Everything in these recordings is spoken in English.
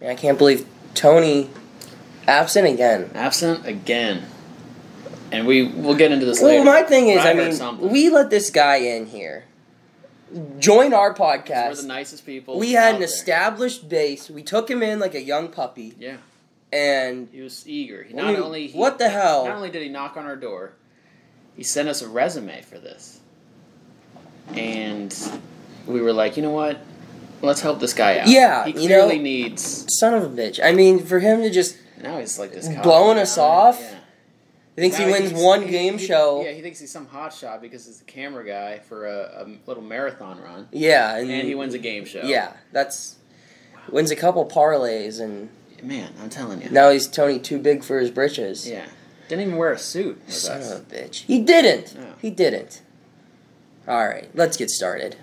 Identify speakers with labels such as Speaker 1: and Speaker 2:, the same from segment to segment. Speaker 1: Man, I can't believe Tony absent again.
Speaker 2: Absent again. And we we'll get into this
Speaker 1: Well,
Speaker 2: later.
Speaker 1: my thing is,
Speaker 2: But
Speaker 1: I
Speaker 2: heard
Speaker 1: mean,
Speaker 2: something.
Speaker 1: we let this guy in here. Join our
Speaker 2: we're the
Speaker 1: podcast.
Speaker 2: nicest people.
Speaker 1: We had
Speaker 2: out
Speaker 1: an
Speaker 2: there.
Speaker 1: established base. We took him in like a young puppy,
Speaker 2: Yeah,
Speaker 1: and
Speaker 2: he was eager. He
Speaker 1: I
Speaker 2: not
Speaker 1: mean,
Speaker 2: only he,
Speaker 1: what the hell?
Speaker 2: Not only did he knock on our door, he sent us a resume for this, and we were like, you know what? Let's help this guy out.
Speaker 1: Yeah,
Speaker 2: he
Speaker 1: you know-
Speaker 2: clearly needs.
Speaker 1: son of a bitch. I mean, for him to just
Speaker 2: Now he's like this. cop.
Speaker 1: Blowing us
Speaker 2: Yeah,
Speaker 1: off?
Speaker 2: Yeah.
Speaker 1: he thinks he
Speaker 2: Now
Speaker 1: wins
Speaker 2: he's-
Speaker 1: one
Speaker 2: he-
Speaker 1: game
Speaker 2: he-
Speaker 1: show.
Speaker 2: Yeah, he thinks he's some hot shot because he's the camera guy for a, a little marathon run,
Speaker 1: Yeah, and,
Speaker 2: and he wins a game show.
Speaker 1: Yeah, that's wins a couple parlays, and
Speaker 2: man, I'm telling you.
Speaker 1: now he's Tony too big for his britches.
Speaker 2: Yeah, didn't even wear a suit. with
Speaker 1: Son
Speaker 2: us.
Speaker 1: of a bitch. He didn't.
Speaker 2: Yeah.
Speaker 1: He didn't. All right, let's get started.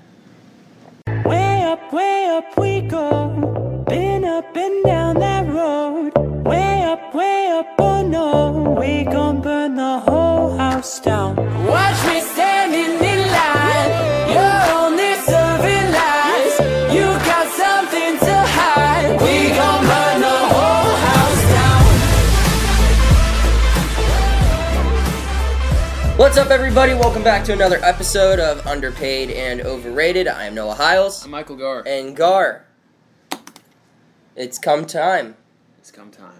Speaker 3: Way up, way up we go. Been up and down that road. Way up, way up, oh no. We gon' burn the whole house down. Watch me standing in line. You're only serving lies. You got something to hide. We gon' burn the whole house down.
Speaker 1: What's up, everybody? Welcome back to another episode of Underpaid and Overrated. I am Noah Hiles
Speaker 2: I'm Michael Gar.
Speaker 1: and Gar. It's come time.
Speaker 2: It's come time.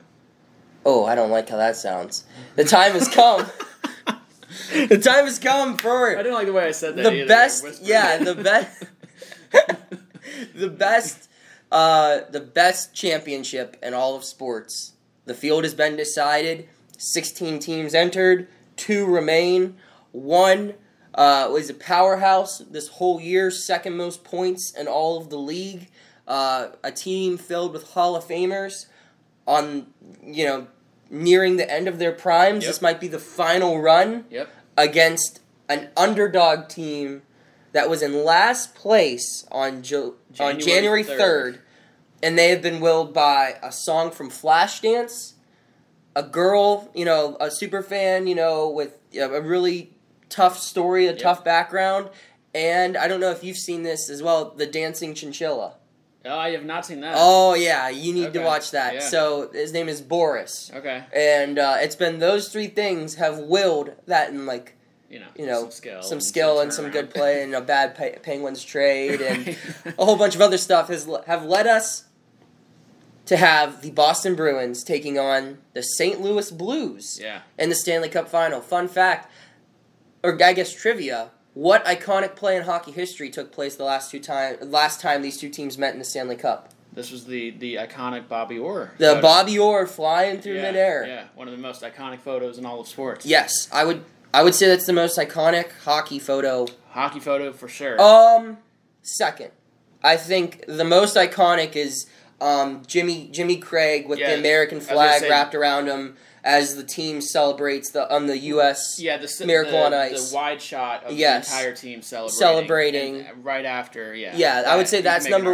Speaker 1: Oh, I don't like how that sounds. The time has come. the time has come
Speaker 2: I
Speaker 1: for
Speaker 2: didn't like the way I said that.
Speaker 1: the
Speaker 2: either. I
Speaker 1: best.
Speaker 2: whispered.
Speaker 1: Yeah, the best. the best. Uh, the best championship in all of sports. The field has been decided. Sixteen teams entered. Two remain. One uh, was a powerhouse this whole year. Second most points in all of the league. Uh, a team filled with Hall of Famers. On you know, nearing the end of their primes.
Speaker 2: Yep.
Speaker 1: This might be the final run
Speaker 2: Yep.
Speaker 1: against an underdog team that was in last place on jo- on
Speaker 2: January
Speaker 1: January
Speaker 2: 3rd.
Speaker 1: third, and they have been willed by a song from Flashdance, a girl, you know, a super fan, you know, with you know, a really tough story, a tough background, and I don't know if you've seen this as well, the dancing chinchilla.
Speaker 2: Oh, I have not seen that.
Speaker 1: Oh yeah, you need
Speaker 2: Okay,
Speaker 1: to watch that.
Speaker 2: yeah.
Speaker 1: So his name is Boris.
Speaker 2: Okay.
Speaker 1: And uh, it's been those three things have willed that in like
Speaker 2: You know.
Speaker 1: you know,
Speaker 2: some skill.
Speaker 1: some skill and some
Speaker 2: turnaround.
Speaker 1: good play and a bad pe- Penguins trade and
Speaker 2: Right.
Speaker 1: a whole bunch of other stuff has le- have led us to have the Boston Bruins taking on the St. Louis Blues
Speaker 2: yeah.
Speaker 1: in the Stanley Cup final. Fun fact, or I guess trivia: What iconic play in hockey history took place the last two time last time these two teams met in the Stanley Cup?
Speaker 2: This was the the iconic Bobby Orr.
Speaker 1: The
Speaker 2: photo.
Speaker 1: Bobby Orr flying through
Speaker 2: yeah,
Speaker 1: midair.
Speaker 2: Yeah, one of the most iconic photos in all of sports.
Speaker 1: Yes, I would. I would say that's the most iconic hockey photo
Speaker 2: Hockey photo for sure.
Speaker 1: Um, second, I think the most iconic is um Jimmy Jimmy Craig with
Speaker 2: Yeah,
Speaker 1: the American
Speaker 2: I was gonna
Speaker 1: flag
Speaker 2: say-
Speaker 1: wrapped around him as the team celebrates the on the U.S.
Speaker 2: yeah, the s-
Speaker 1: Miracle
Speaker 2: the,
Speaker 1: on Ice.
Speaker 2: the wide shot of
Speaker 1: Yes.
Speaker 2: the entire team celebrating,
Speaker 1: Celebrating.
Speaker 2: and, uh, right after. Yeah,
Speaker 1: Yeah, I would
Speaker 2: that-
Speaker 1: say
Speaker 2: you can
Speaker 1: that's
Speaker 2: make an
Speaker 1: number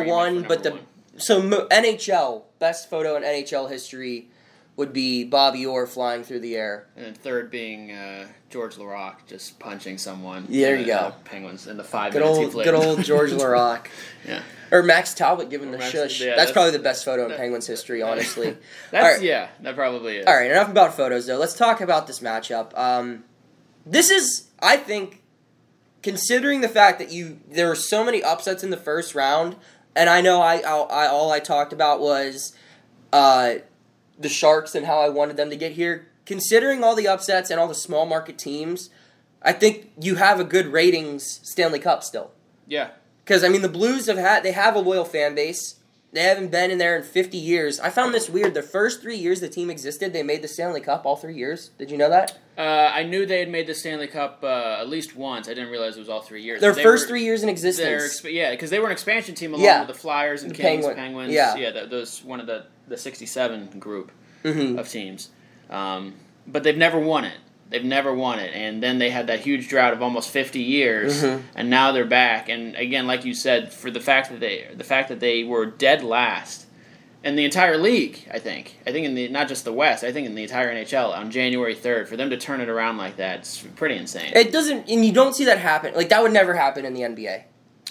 Speaker 1: one.
Speaker 2: argument for
Speaker 1: But
Speaker 2: number
Speaker 1: the
Speaker 2: one.
Speaker 1: so mo- NHL best photo in NHL history would be Bobby Orr flying through the air.
Speaker 2: And then third being uh, George LaRock just punching someone.
Speaker 1: Yeah, there
Speaker 2: in
Speaker 1: you
Speaker 2: the,
Speaker 1: go.
Speaker 2: uh, Penguins in the five
Speaker 1: Good
Speaker 2: minutes he
Speaker 1: old,
Speaker 2: played.
Speaker 1: good old George Laroque.
Speaker 2: yeah,
Speaker 1: Or Max Talbot giving
Speaker 2: Or
Speaker 1: the
Speaker 2: Max-
Speaker 1: shush.
Speaker 2: yeah,
Speaker 1: that's,
Speaker 2: that's-
Speaker 1: probably the best photo in
Speaker 2: that-
Speaker 1: Penguins history, honestly.
Speaker 2: that's
Speaker 1: All right.
Speaker 2: yeah, that probably is.
Speaker 1: All right, enough about photos though. Let's talk about this matchup. Um, this is, I think, considering the fact that you there were so many upsets in the first round, and I know I, I, I all I talked about was uh, the Sharks and how I wanted them to get here. Considering all the upsets and all the small market teams, I think you have a good ratings Stanley Cup still.
Speaker 2: Yeah,
Speaker 1: Because I mean, the Blues have had they have a loyal fan base. They haven't been in there in 50 years. I found this weird. The first three years the team existed, they made the Stanley Cup all three years. Did you know that?
Speaker 2: uh, I knew they had made the Stanley Cup uh, at least once. I didn't realize it was all three years.
Speaker 1: Their
Speaker 2: They
Speaker 1: first
Speaker 2: were-
Speaker 1: three years in
Speaker 2: Their
Speaker 1: existence.
Speaker 2: exp- yeah, because they were an expansion team along
Speaker 1: Yeah.
Speaker 2: with the Flyers and
Speaker 1: The
Speaker 2: Kings,
Speaker 1: Penguin-
Speaker 2: Penguins.
Speaker 1: yeah.
Speaker 2: yeah, th- those one of the the '67 group
Speaker 1: Mhm.
Speaker 2: of teams. Um, but they've never won it. They've never won it, and then they had that huge drought of almost 50 years,
Speaker 1: Mm-hmm.
Speaker 2: and now they're back. And again, like you said, for the fact that they the fact that they were dead last in the entire league, I think. I think in the not just the West, I think in the entire NHL on January 3rd, for them to turn it around like that, it's pretty insane.
Speaker 1: it doesn't, and you don't see that happen. Like that would never happen in the NBA.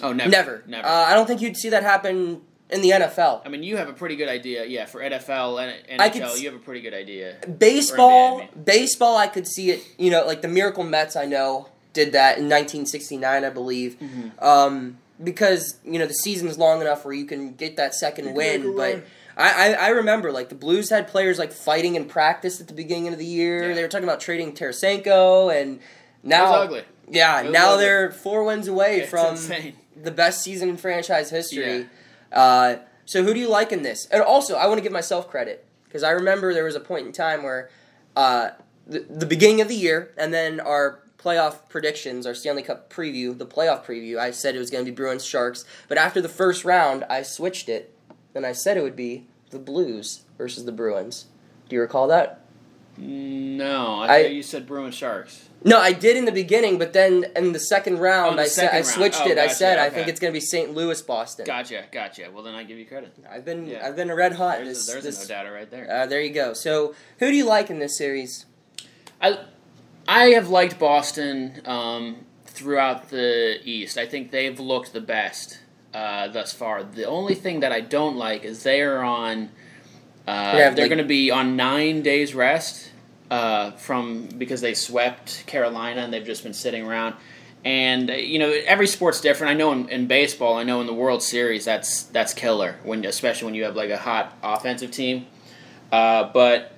Speaker 2: oh, never,
Speaker 1: Never.
Speaker 2: never.
Speaker 1: Uh, I don't think you'd see that happen in the NFL.
Speaker 2: I mean, you have a pretty good idea, yeah, for NFL and
Speaker 1: I could
Speaker 2: NHL.
Speaker 1: s-
Speaker 2: You have a pretty good idea.
Speaker 1: baseball,
Speaker 2: Or NBA, I
Speaker 1: baseball, I could see it. You know, like the Miracle Mets, I know did that in 1969, I believe, um, because you know the season's long enough where you can get that second win.
Speaker 2: make a
Speaker 1: but
Speaker 2: run.
Speaker 1: I, I, I remember like the Blues had players like fighting in practice at the beginning of the year.
Speaker 2: Yeah.
Speaker 1: They were talking about trading Tarasenko, and now
Speaker 2: ugly.
Speaker 1: Yeah,
Speaker 2: It was
Speaker 1: now
Speaker 2: ugly.
Speaker 1: they're four wins away
Speaker 2: It's
Speaker 1: from
Speaker 2: insane.
Speaker 1: the best season in franchise history. Uh, so who do you like in this? And also, I want to give myself credit because I remember there was a point in time where uh, the, the beginning of the year and then our playoff predictions, our Stanley Cup preview, the playoff preview, I said it was going to be Bruins Sharks, but after the first round, I switched it and I said it would be the Blues versus the Bruins. Do you recall that?
Speaker 2: No, I,
Speaker 1: I-
Speaker 2: thought you said Bruins Sharks.
Speaker 1: No, I did in the beginning, but then in the second round,
Speaker 2: Oh, the
Speaker 1: I
Speaker 2: second
Speaker 1: said
Speaker 2: round.
Speaker 1: I switched
Speaker 2: Oh,
Speaker 1: it. I
Speaker 2: gotcha,
Speaker 1: said I
Speaker 2: okay.
Speaker 1: think it's going to be St. Louis, Boston.
Speaker 2: Gotcha, gotcha. Well, then I give you credit.
Speaker 1: I've been
Speaker 2: Yeah.
Speaker 1: I've been a red hot. in
Speaker 2: There's,
Speaker 1: this,
Speaker 2: a, there's
Speaker 1: this-
Speaker 2: a no doubter right there.
Speaker 1: Uh, there you go. So who do you like in this series?
Speaker 2: I I have liked Boston um, throughout the East. I think they've looked the best uh, thus far. The only thing that I don't like is they are on. Uh,
Speaker 1: Yeah,
Speaker 2: they're
Speaker 1: like-
Speaker 2: going to be on nine days rest uh, from because they swept Carolina and they've just been sitting around. And uh, you know every sport's different. I know in, in baseball, I know in the World Series, that's that's killer when especially when you have like a hot offensive team. Uh, but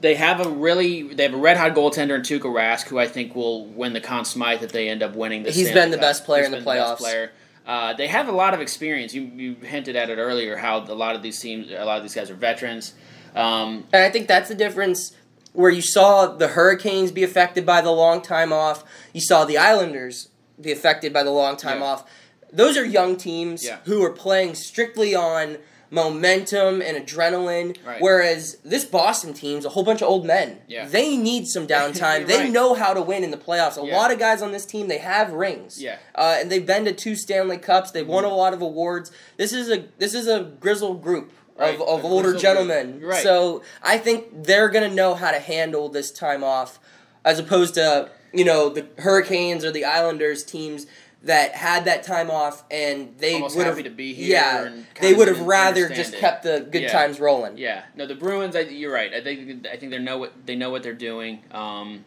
Speaker 2: they have a really they have a red hot goaltender in Tuukka Rask, who I think will win the Conn Smythe if they end up winning the.
Speaker 1: He's
Speaker 2: Stanley
Speaker 1: been the
Speaker 2: Cup.
Speaker 1: best player
Speaker 2: He's
Speaker 1: in the
Speaker 2: been best
Speaker 1: playoffs.
Speaker 2: player. Uh, they have a lot of experience. You, you hinted at it earlier how a lot of these teams, a lot of these guys are veterans. Um,
Speaker 1: And I think that's the difference where you saw the Hurricanes be affected by the long time off. You saw the Islanders be affected by the long time
Speaker 2: Yeah.
Speaker 1: off. Those are young teams
Speaker 2: Yeah.
Speaker 1: who are playing strictly on momentum and adrenaline.
Speaker 2: Right.
Speaker 1: Whereas this Boston team's a whole bunch of old men.
Speaker 2: Yeah.
Speaker 1: They need some downtime.
Speaker 2: You're
Speaker 1: they
Speaker 2: right.
Speaker 1: know how to win in the playoffs. A
Speaker 2: Yeah.
Speaker 1: lot of guys on this team, they have rings.
Speaker 2: Yeah. Mm-hmm.
Speaker 1: Uh, and they've been to two Stanley Cups. They've won a lot of awards. This is a this is a grizzled group
Speaker 2: Right.
Speaker 1: of, of
Speaker 2: A
Speaker 1: older
Speaker 2: grizzled
Speaker 1: gentlemen.
Speaker 2: group. Right.
Speaker 1: So I think they're gonna know how to handle this time off, as opposed to you know the Hurricanes or the Islanders teams that had that time off and they
Speaker 2: Almost
Speaker 1: would have
Speaker 2: happy to be here
Speaker 1: yeah
Speaker 2: and kind
Speaker 1: they
Speaker 2: of
Speaker 1: would have
Speaker 2: didn't
Speaker 1: rather
Speaker 2: understand
Speaker 1: just
Speaker 2: it.
Speaker 1: kept the good
Speaker 2: Yeah.
Speaker 1: times rolling.
Speaker 2: Yeah, no, the Bruins. I, you're right. I think I think they know what they know what they're doing. Um,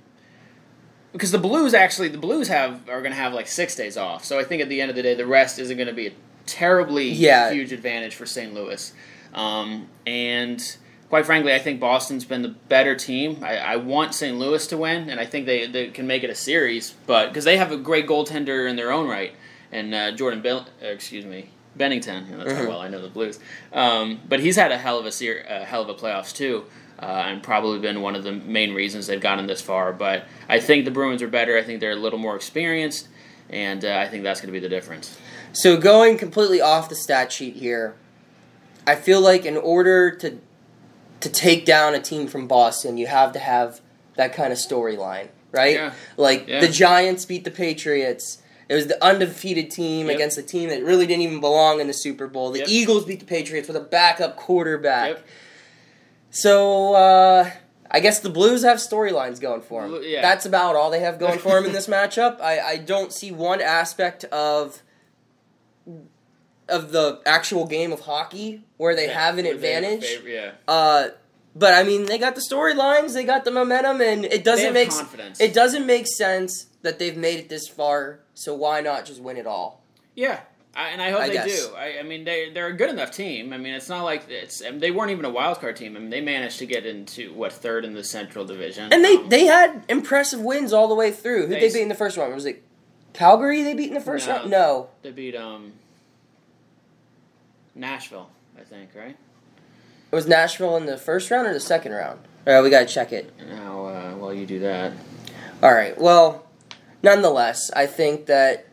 Speaker 2: because the Blues actually, the Blues have are going to have like six days off. So I think at the end of the day, the rest isn't going to be a terribly
Speaker 1: Yeah.
Speaker 2: huge advantage for St. Louis. Um, and quite frankly, I think Boston's been the better team. I, I want St. Louis to win, and I think they, they can make it a series, but because they have a great goaltender in their own right, and uh, Jordan, Bill, uh, excuse me, Bennington. You know, that's how well I know the Blues, um, but he's had a hell of a ser- a hell of a playoffs too. Uh, and probably been one of the main reasons they've gotten this far, but I think the Bruins are better. I think they're a little more experienced, and uh, I think that's going to be the difference.
Speaker 1: So going completely off the stat sheet here, I feel like in order to to take down a team from Boston, you have to have that kind of storyline, right?
Speaker 2: Yeah.
Speaker 1: Like
Speaker 2: Yeah.
Speaker 1: the Giants beat the Patriots. It was the undefeated team
Speaker 2: Yep.
Speaker 1: against a team that really didn't even belong in the Super Bowl. The
Speaker 2: Yep.
Speaker 1: Eagles beat the Patriots with a backup quarterback.
Speaker 2: Yep.
Speaker 1: So uh, I guess the Blues have storylines going for them.
Speaker 2: Blue- yeah.
Speaker 1: That's about all they have going for them in this matchup. I, I don't see one aspect of of the actual game of hockey where they have an
Speaker 2: They're
Speaker 1: advantage.
Speaker 2: favor- yeah.
Speaker 1: Uh, but I mean, they got the storylines, they got the momentum, and it
Speaker 2: They
Speaker 1: doesn't
Speaker 2: have
Speaker 1: make s-
Speaker 2: confidence.
Speaker 1: it doesn't make sense that they've made it this far. So why not just win it all?
Speaker 2: Yeah, I, and I hope
Speaker 1: I
Speaker 2: they
Speaker 1: guess.
Speaker 2: do. I, I mean, they they're a good enough team. I mean, it's not like it's I mean, they weren't even a wild card team. I mean, they managed to get into what third in the Central Division,
Speaker 1: And they
Speaker 2: Um,
Speaker 1: they had impressive wins all the way through. Who they,
Speaker 2: Thanks.
Speaker 1: beat in the first round was it Calgary? They beat in the first
Speaker 2: No.
Speaker 1: round. No,
Speaker 2: they beat um Nashville, I think, right?
Speaker 1: It was Nashville in the first round or the second round? All right, we gotta check it.
Speaker 2: Now, uh, while you do that,
Speaker 1: All right. Well, nonetheless, I think that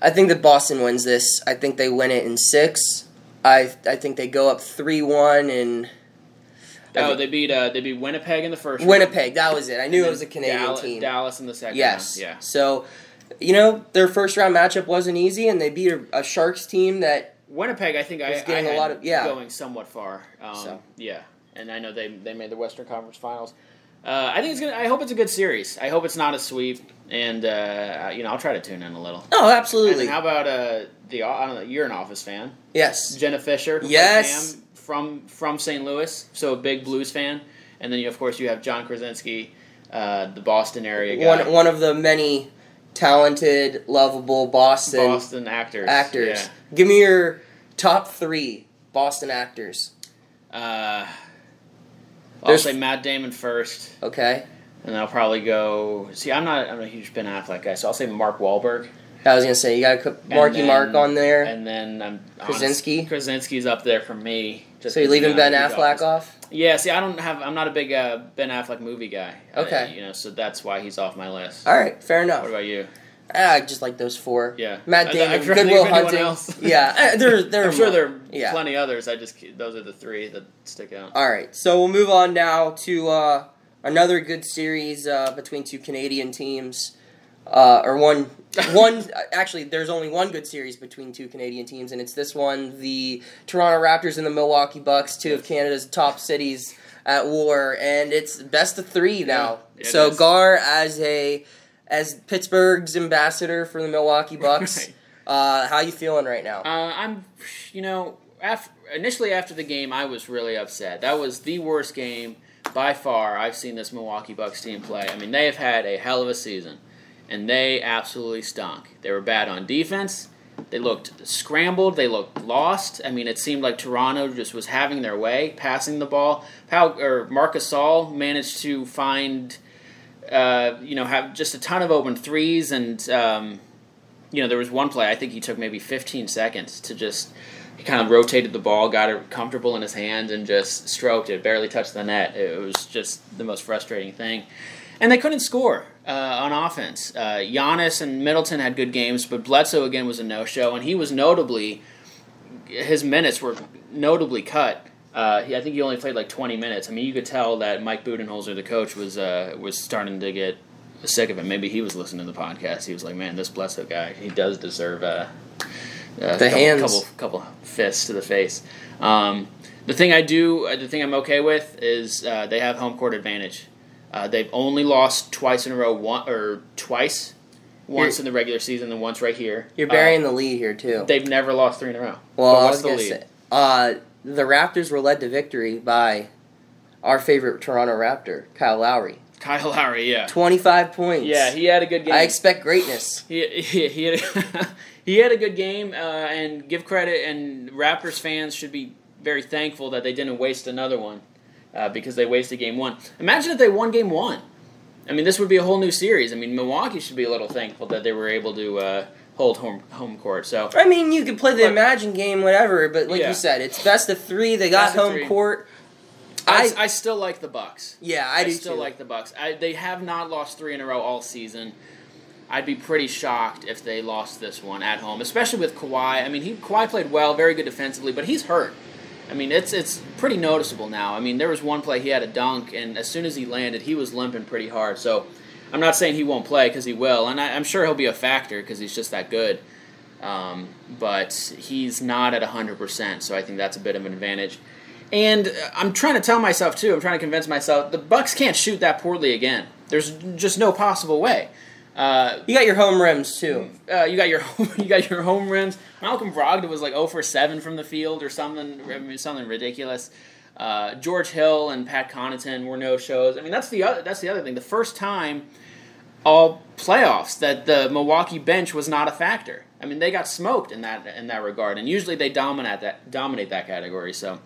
Speaker 1: I think that Boston wins this. I think they win it in six. I I think they go up three one and I
Speaker 2: oh,
Speaker 1: think-
Speaker 2: they beat uh, they beat Winnipeg in the first. round.
Speaker 1: Winnipeg. That was it. I knew it was a
Speaker 2: And then
Speaker 1: Canadian
Speaker 2: Dallas,
Speaker 1: team.
Speaker 2: Dallas in the second.
Speaker 1: Yes.
Speaker 2: round. yeah.
Speaker 1: So, you know, their first round matchup wasn't easy, and they beat a, a Sharks team that
Speaker 2: Winnipeg, I think I
Speaker 1: Was getting
Speaker 2: I
Speaker 1: a
Speaker 2: had
Speaker 1: lot of- yeah.
Speaker 2: going somewhat far. Um,
Speaker 1: So.
Speaker 2: Yeah, and I know they they made the Western Conference Finals. Uh, I think it's gonna. I hope it's a good series. I hope it's not a sweep, and uh, you know I'll try to tune in a little.
Speaker 1: Oh,
Speaker 2: And
Speaker 1: absolutely.
Speaker 2: then how about uh, the? I don't know. You're an Office fan.
Speaker 1: yes.
Speaker 2: Jenna Fisher. who played
Speaker 1: Yes.
Speaker 2: Pam from from St. Louis, so a big blues fan, and then you, of course you have John Krasinski, uh, the Boston area guy,
Speaker 1: One one of the many talented, lovable Boston,
Speaker 2: Boston actors.
Speaker 1: actors.
Speaker 2: Yeah.
Speaker 1: Give me your top three Boston actors.
Speaker 2: Uh, I'll
Speaker 1: There's-
Speaker 2: say Matt Damon first,
Speaker 1: Okay,
Speaker 2: and then I'll probably go. See, I'm not. I'm a huge Ben Affleck guy, so I'll say Mark Wahlberg.
Speaker 1: I was gonna say you got to put
Speaker 2: and
Speaker 1: Marky
Speaker 2: then-
Speaker 1: Mark on there.
Speaker 2: and then I'm
Speaker 1: Krasinski?
Speaker 2: Krasinski's up there for me. just
Speaker 1: so you're
Speaker 2: 'cause he's
Speaker 1: leaving
Speaker 2: not a
Speaker 1: Ben
Speaker 2: huge
Speaker 1: Affleck
Speaker 2: Office-
Speaker 1: off?
Speaker 2: Yeah, see, I don't have. I'm not a big uh, Ben Affleck movie guy. Uh,
Speaker 1: Okay.
Speaker 2: you know, so that's why he's off my list.
Speaker 1: All right, fair enough.
Speaker 2: What about you?
Speaker 1: Ah, I just like those four.
Speaker 2: Yeah.
Speaker 1: Matt
Speaker 2: I-
Speaker 1: Damon,
Speaker 2: I'd rather
Speaker 1: Goodwill
Speaker 2: leave anyone
Speaker 1: Hunting.
Speaker 2: else.
Speaker 1: Yeah, uh, there, there are
Speaker 2: I'm sure
Speaker 1: more.
Speaker 2: there are
Speaker 1: Yeah.
Speaker 2: plenty others. I just those are the three that stick out.
Speaker 1: All right, so we'll move on now to uh, another good series uh, between two Canadian teams, uh, or one one. actually, there's only one good series between two Canadian teams, and it's this one: the Toronto Raptors and the Milwaukee Bucks, two of Canada's top cities at war, and it's best of three now.
Speaker 2: it
Speaker 1: so
Speaker 2: is.
Speaker 1: Gar as a as Pittsburgh's ambassador for the Milwaukee Bucks.
Speaker 2: Right.
Speaker 1: Uh, how you feeling right now?
Speaker 2: Uh, I'm, you know, af initially after the game, I was really upset. That was the worst game by far I've seen this Milwaukee Bucks team play. I mean, they have had a hell of a season, and they absolutely stunk. They were bad on defense. They looked scrambled. They looked lost. I mean, it seemed like Toronto just was having their way, passing the ball. How or Marcus All managed to find, uh, you know, have just a ton of open threes and. Um, you know, there was one play I think he took maybe 15 seconds to just he kind of rotated the ball, got it comfortable in his hands, and just stroked it. Barely touched the net. It was just the most frustrating thing. And they couldn't score uh, on offense. Uh, Giannis and Middleton had good games, but Bledsoe again was a no-show, and he was notably his minutes were notably cut. Uh, he- I think he only played like 20 minutes. I mean, you could tell that Mike Budenholzer, the coach, was uh, was starting to get sick of him. Maybe he was listening to the podcast. He was like, "Man, this Blesso guy, he does deserve a, a couple,
Speaker 1: hands.
Speaker 2: couple couple fists to the face." Um, the thing I do, uh, the thing I'm okay with is uh, they have home court advantage. Uh, they've only lost twice in a row, one or twice, once
Speaker 1: You're-
Speaker 2: in the regular season and once right here.
Speaker 1: You're
Speaker 2: Uh,
Speaker 1: burying the lead here too.
Speaker 2: they've never lost three in a row.
Speaker 1: Well,
Speaker 2: But
Speaker 1: I
Speaker 2: what's
Speaker 1: was
Speaker 2: the
Speaker 1: gonna
Speaker 2: lead?
Speaker 1: say, uh, the Raptors were led to victory by our favorite Toronto Raptor, Kyle Lowry,
Speaker 2: Kyle Lowry, yeah.
Speaker 1: twenty-five points.
Speaker 2: Yeah, he had a good game.
Speaker 1: I expect greatness.
Speaker 2: he, he, he, had, he had a good game, uh, and give credit, and Raptors fans should be very thankful that they didn't waste another one uh, because they wasted game one. Imagine if they won game one. I mean, this would be a whole new series. I mean, Milwaukee should be a little thankful that they were able to uh, hold home home court. So
Speaker 1: I mean, you could play the
Speaker 2: Look-
Speaker 1: Imagine game, whatever, but like
Speaker 2: Yeah.
Speaker 1: you said, it's best of three. They got
Speaker 2: Best of
Speaker 1: home
Speaker 2: three.
Speaker 1: court.
Speaker 2: I,
Speaker 1: I,
Speaker 2: I, still like the Bucks.
Speaker 1: yeah, I,
Speaker 2: I,
Speaker 1: do
Speaker 2: still
Speaker 1: too.
Speaker 2: like the Bucks. I, they have not lost three in a row all season. I'd be pretty shocked if they lost this one at home, especially with Kawhi. I mean, he Kawhi played well, very good defensively, but he's hurt. I mean, it's it's pretty noticeable now. I mean, there was one play he had a dunk, and as soon as he landed, he was limping pretty hard. So, I'm not saying he won't play because he will, and I, I'm sure he'll be a factor because he's just that good. Um, but he's not at 100%, so I think that's a bit of an advantage. And uh, I'm trying to tell myself too. I'm trying to convince myself the Bucks can't shoot that poorly again. There's just no possible way. Uh,
Speaker 1: You got your home rims too.
Speaker 2: uh, you got your home, you got your home rims. Malcolm Brogdon was like 0 for 7 from the field or something I mean, something ridiculous. Uh, George Hill and Pat Connaughton were no shows. I mean that's the other, that's the other thing. The first time all playoffs that the Milwaukee bench was not a factor. I mean they got smoked in that in that regard, and usually they dominate that dominate that category. So.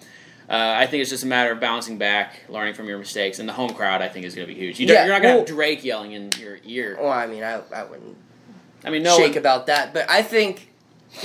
Speaker 2: Uh, I think it's just a matter of bouncing back, learning from your mistakes, and the home crowd. I think is going to be huge. You don't,
Speaker 1: Yeah,
Speaker 2: you're not going to
Speaker 1: well-
Speaker 2: have Drake yelling in your ear.
Speaker 1: Well, I mean, I, I wouldn't
Speaker 2: I mean, no.
Speaker 1: shake
Speaker 2: one-
Speaker 1: about that. But I think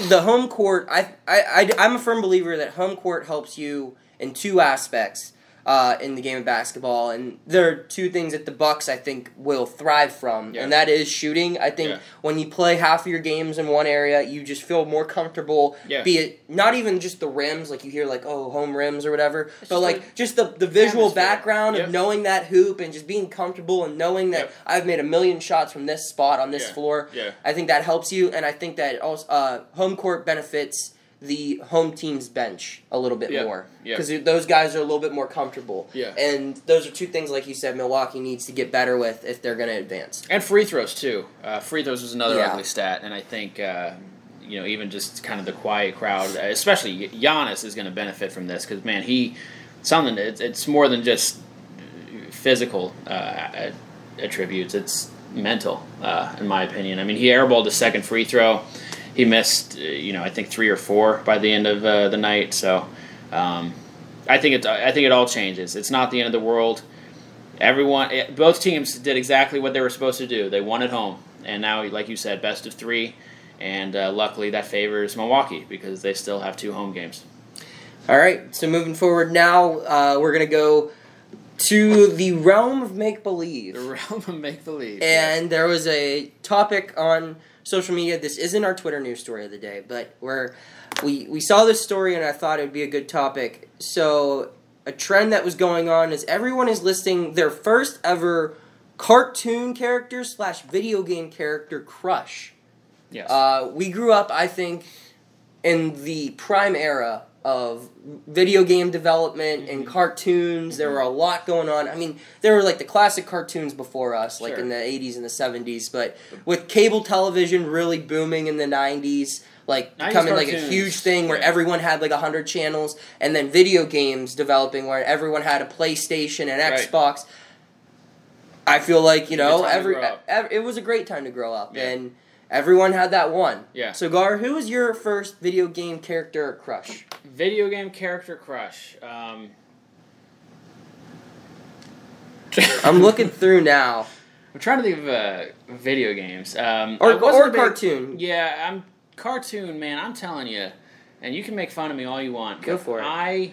Speaker 1: the home court. I, I, I am a firm believer that home court helps you in two aspects uh, in the game of basketball, and there are two things that the Bucks I think will thrive from,
Speaker 2: Yeah.
Speaker 1: and that is shooting. I think
Speaker 2: Yeah.
Speaker 1: when you play half of your games in one area, you just feel more comfortable.
Speaker 2: Yeah.
Speaker 1: Be it not even just the rims, like you hear like oh home rims or whatever, but
Speaker 2: just
Speaker 1: like
Speaker 2: like
Speaker 1: just the the visual
Speaker 2: atmosphere.
Speaker 1: background
Speaker 2: Yep.
Speaker 1: of knowing that hoop and just being comfortable and knowing that
Speaker 2: Yep.
Speaker 1: I've made a million shots from this spot on this
Speaker 2: Yeah.
Speaker 1: floor.
Speaker 2: Yeah.
Speaker 1: I think that helps you, and I think that also uh, home court benefits the home team's bench a little bit
Speaker 2: Yeah,
Speaker 1: more
Speaker 2: yeah.
Speaker 1: because those guys are a little bit more comfortable.
Speaker 2: Yeah.
Speaker 1: and those are two things, like you said, Milwaukee needs to get better with if they're going to advance.
Speaker 2: And free throws too. Uh, free throws was another
Speaker 1: Yeah.
Speaker 2: ugly stat, and I think uh, you know even just kind of the quiet crowd, especially Giannis is going to benefit from this because man, he something. It's, it's more than just physical uh, attributes; it's mental, uh, in my opinion. I mean, he airballed his second free throw. He missed, uh, you know, I think three or four by the end of uh, the night. So, um, I think it. I think it all changes. It's not the end of the world everyone it- both teams did exactly what they were supposed to do they won at home and now like you said best of three and uh, luckily that favors milwaukee because they still have two home games
Speaker 1: All right, so moving forward now, uh, we're going to go to the realm of make believe.
Speaker 2: the realm of make believe
Speaker 1: And there was a topic on social media. This isn't our Twitter news story of the day, but where we we saw this story and I thought it would be a good topic. So a trend that was going on is everyone is listing their first ever cartoon character slash video game character crush.
Speaker 2: yes.
Speaker 1: Uh, we grew up, I think, in the prime era of video game development
Speaker 2: Mm-hmm.
Speaker 1: and cartoons. There were a lot going on. I mean, there were like the classic cartoons before us, like
Speaker 2: Sure.
Speaker 1: in the 80s and the 70s, but with cable television really booming in the 90s. Like
Speaker 2: 90s
Speaker 1: becoming like a
Speaker 2: cartoons.
Speaker 1: huge thing where
Speaker 2: Yeah.
Speaker 1: everyone had like hundred channels, and then video games developing where everyone had a PlayStation and
Speaker 2: Right.
Speaker 1: Xbox. I feel like you
Speaker 2: Good
Speaker 1: know
Speaker 2: time to
Speaker 1: every, e,
Speaker 2: grow up.
Speaker 1: ev- it was a great time to grow up,
Speaker 2: Yeah.
Speaker 1: and Everyone had that one.
Speaker 2: Yeah.
Speaker 1: So Gar, who was your first video game character or crush?
Speaker 2: video game character crush um,
Speaker 1: I'm looking through now.
Speaker 2: i'm trying to think of uh, video games um,
Speaker 1: Or,
Speaker 2: I wasn't
Speaker 1: or
Speaker 2: a big-
Speaker 1: cartoon.
Speaker 2: Yeah, I'm cartoon man. I'm telling you, and you can make fun of me all you want.
Speaker 1: Go
Speaker 2: but
Speaker 1: for it.
Speaker 2: I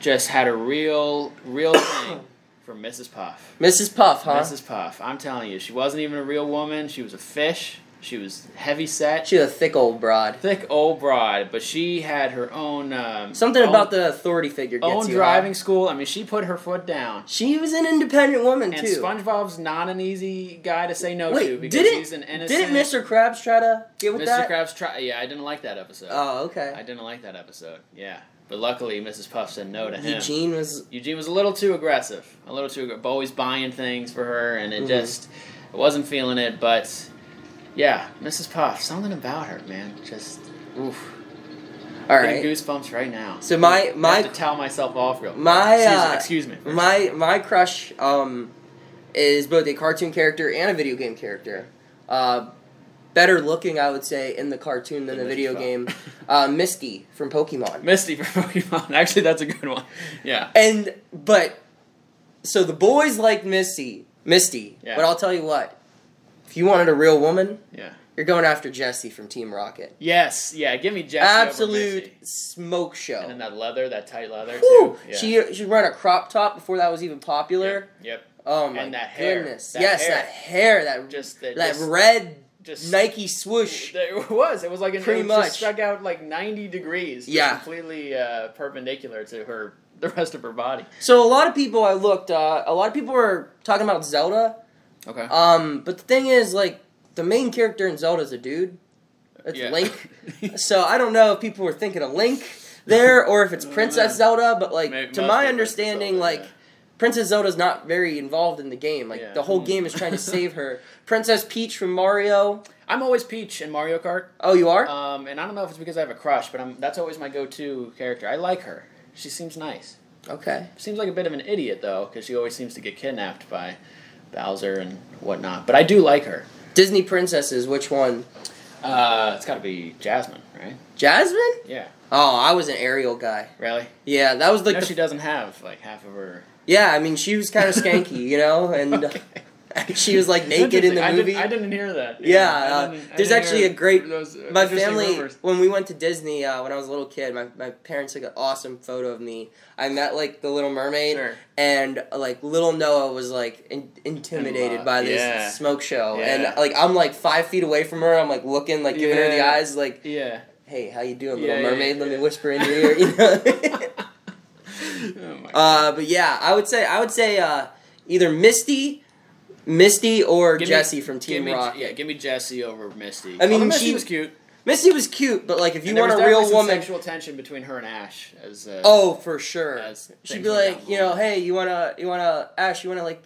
Speaker 2: just had a real, real thing for Mrs. Puff.
Speaker 1: Mrs. Puff, huh?
Speaker 2: Mrs. Puff. I'm telling you, she wasn't even a real woman. She was a fish. She was heavy set,
Speaker 1: She's a thick old broad.
Speaker 2: thick old broad, but she had her own um,
Speaker 1: Something
Speaker 2: own,
Speaker 1: about the authority figure gets
Speaker 2: own
Speaker 1: you.
Speaker 2: driving
Speaker 1: huh?
Speaker 2: school. I mean, she put her foot down.
Speaker 1: She was an independent woman
Speaker 2: And
Speaker 1: too.
Speaker 2: SpongeBob's not an easy guy to say no to
Speaker 1: Wait,
Speaker 2: because
Speaker 1: didn't
Speaker 2: he's an innocent.
Speaker 1: didn't Mr. Krabs try to get with
Speaker 2: Mr.
Speaker 1: that?
Speaker 2: Krabs try? Yeah, I didn't like that episode.
Speaker 1: Oh, okay.
Speaker 2: I didn't like that episode. Yeah, but luckily Mrs. Puff said no to him.
Speaker 1: Eugene was
Speaker 2: Eugene was a little too aggressive, a little too aggr- always buying things for her, and it
Speaker 1: Mhm.
Speaker 2: just I wasn't feeling it. But yeah, Mrs. Puff, something about her, man, just oof.
Speaker 1: all
Speaker 2: Getting
Speaker 1: right.
Speaker 2: goosebumps right now.
Speaker 1: So my-
Speaker 2: I
Speaker 1: my-
Speaker 2: have to towel myself off real. quick.
Speaker 1: My
Speaker 2: excuse,
Speaker 1: uh,
Speaker 2: excuse me. first.
Speaker 1: My my crush um is both a cartoon character and a video game character. Uh, better looking, I would say, in the cartoon than the
Speaker 2: Than Mrs.
Speaker 1: video
Speaker 2: Puff.
Speaker 1: game. Uh, Misty from Pokemon.
Speaker 2: Misty from Pokemon. Actually, that's a good one. Yeah.
Speaker 1: And but so the boys like Misty, Misty.
Speaker 2: Yeah.
Speaker 1: But I'll tell you what, if you wanted a real woman,
Speaker 2: Yeah.
Speaker 1: you're going after Jesse from Team Rocket.
Speaker 2: Yes. Yeah. Give me Jesse over Misty.
Speaker 1: Absolute smoke show.
Speaker 2: And then that leather, that tight leather
Speaker 1: Whew!
Speaker 2: too. Yeah.
Speaker 1: She she ran a crop top before that was even popular.
Speaker 2: Yep. yep.
Speaker 1: Oh my
Speaker 2: that hair.
Speaker 1: goodness!
Speaker 2: That
Speaker 1: yes,
Speaker 2: hair.
Speaker 1: that hair, that
Speaker 2: Just the,
Speaker 1: that
Speaker 2: just,
Speaker 1: red
Speaker 2: just
Speaker 1: Nike swoosh.
Speaker 2: There- It was. It was like an,
Speaker 1: Pretty
Speaker 2: it was just
Speaker 1: much.
Speaker 2: stuck out like ninety degrees. just
Speaker 1: Yeah.
Speaker 2: completely uh, perpendicular to her the rest of her body.
Speaker 1: So a lot of people I looked, uh, a lot of people were talking about Zelda.
Speaker 2: Okay.
Speaker 1: Um, but the thing is, like, the main character in Zelda is a dude. It's Link. So I don't know if people were thinking of Link there or if it's Princess Zelda. But like,
Speaker 2: Maybe-
Speaker 1: to
Speaker 2: mostly
Speaker 1: my
Speaker 2: Princess
Speaker 1: understanding,
Speaker 2: Zelda,
Speaker 1: like.
Speaker 2: yeah.
Speaker 1: Princess Zelda's not very involved in the game. Like
Speaker 2: Yeah.
Speaker 1: the whole
Speaker 2: Mm.
Speaker 1: game is trying to save her. Princess Peach from Mario.
Speaker 2: I'm always Peach in Mario Kart,
Speaker 1: Oh, you are?
Speaker 2: um, and I don't know if it's because I have a crush, but I'm, that's always my go-to character. I like her. She seems nice.
Speaker 1: okay.
Speaker 2: Seems like a bit of an idiot though, because she always seems to get kidnapped by Bowser and whatnot. But I do like her.
Speaker 1: Disney princesses, which one?
Speaker 2: Uh, it's got to be Jasmine, right?
Speaker 1: Jasmine?
Speaker 2: Yeah.
Speaker 1: Oh, I was an Ariel guy.
Speaker 2: Really?
Speaker 1: Yeah, that was like
Speaker 2: No,
Speaker 1: the,
Speaker 2: she doesn't have like half of her.
Speaker 1: yeah. I mean, she was kind of skanky, you know, and
Speaker 2: Okay.
Speaker 1: she was like naked in the
Speaker 2: Interesting. I
Speaker 1: movie.
Speaker 2: Didn't, I didn't hear that.
Speaker 1: Yeah, uh, there's actually a great-
Speaker 2: those, uh,
Speaker 1: my
Speaker 2: interesting
Speaker 1: family,
Speaker 2: rumors.
Speaker 1: when we went to Disney uh, when I was a little kid, my, my parents took an awesome photo of me. I met like the Little Mermaid,
Speaker 2: Sure.
Speaker 1: and like little Noah was like in- intimidated
Speaker 2: In love.
Speaker 1: by this
Speaker 2: uh, Yeah.
Speaker 1: smoke show,
Speaker 2: Yeah.
Speaker 1: and like I'm like five feet away from her. I'm like looking, like giving her the
Speaker 2: Yeah.
Speaker 1: eyes, like,
Speaker 2: Yeah.
Speaker 1: "Hey, how you doing,
Speaker 2: Yeah,
Speaker 1: Little
Speaker 2: yeah,
Speaker 1: Mermaid? Let
Speaker 2: yeah.
Speaker 1: me whisper in your ear." You know.
Speaker 2: Oh my God.
Speaker 1: Uh, but yeah, I would say I would say uh, either Misty, Misty or
Speaker 2: Give me-
Speaker 1: Jesse from
Speaker 2: give
Speaker 1: Team
Speaker 2: me,
Speaker 1: Rocket.
Speaker 2: Yeah, give me Jesse over Misty.
Speaker 1: I mean,
Speaker 2: Although Misty
Speaker 1: she-
Speaker 2: was cute.
Speaker 1: Missy was cute, but like if you
Speaker 2: And there
Speaker 1: want
Speaker 2: was
Speaker 1: a
Speaker 2: definitely
Speaker 1: real
Speaker 2: some
Speaker 1: woman,
Speaker 2: Sexual tension between her and Ash as uh,
Speaker 1: oh for sure,
Speaker 2: As
Speaker 1: she'd
Speaker 2: things
Speaker 1: be
Speaker 2: went down
Speaker 1: like,
Speaker 2: the
Speaker 1: you know,
Speaker 2: line.
Speaker 1: hey, you wanna, you wanna, Ash, you wanna like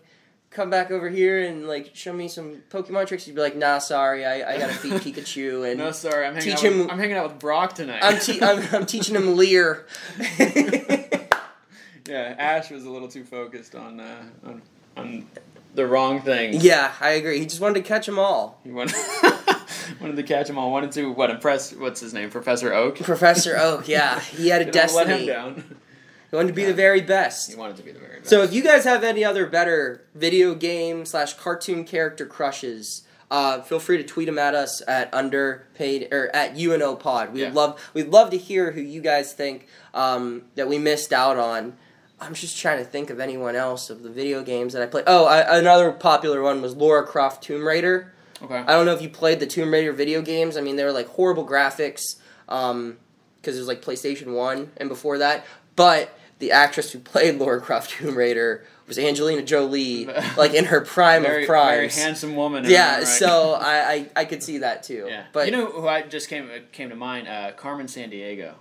Speaker 1: come back over here and like show me some Pokemon tricks? You'd be like, nah, sorry, I, I gotta feed Pikachu and
Speaker 2: No, sorry, I'm hanging,
Speaker 1: Teach
Speaker 2: out with,
Speaker 1: him-
Speaker 2: I'm hanging out with Brock tonight.
Speaker 1: I'm, te- I'm I'm teaching him Leer.
Speaker 2: yeah, Ash was a little too focused on uh, on, on the wrong thing.
Speaker 1: yeah, I agree. He just wanted to catch them all.
Speaker 2: He wanted, wanted to catch them all. Wanted to what impress? What's his name? Professor Oak.
Speaker 1: Professor Oak, yeah, he had a
Speaker 2: Didn't wanna
Speaker 1: destiny.
Speaker 2: Let him down.
Speaker 1: He wanted to be
Speaker 2: Yeah.
Speaker 1: the very
Speaker 2: He
Speaker 1: best.
Speaker 2: wanted to be the very best.
Speaker 1: So if you guys have any other better video game slash cartoon character crushes, uh, feel free to tweet them at us at underpaid or at UNO Pod. We'd
Speaker 2: Yeah.
Speaker 1: love we'd love to hear who you guys think um, that we missed out on. I'm just trying to think of anyone else of the video games that I played. Oh, I, another popular one was Laura Croft Tomb Raider.
Speaker 2: okay,
Speaker 1: I don't know if you played the Tomb Raider video games. I mean, they were like horrible graphics because it was like PlayStation 1 and before that. But the actress who played Laura Croft Tomb Raider was Angelina Jolie, like in her prime
Speaker 2: very,
Speaker 1: of
Speaker 2: very
Speaker 1: primes.
Speaker 2: handsome woman. in her
Speaker 1: yeah,
Speaker 2: own right.
Speaker 1: so I, I, I could see that too.
Speaker 2: yeah,
Speaker 1: But
Speaker 2: you know who I just came came to mind? Uh, Carmen San Diego.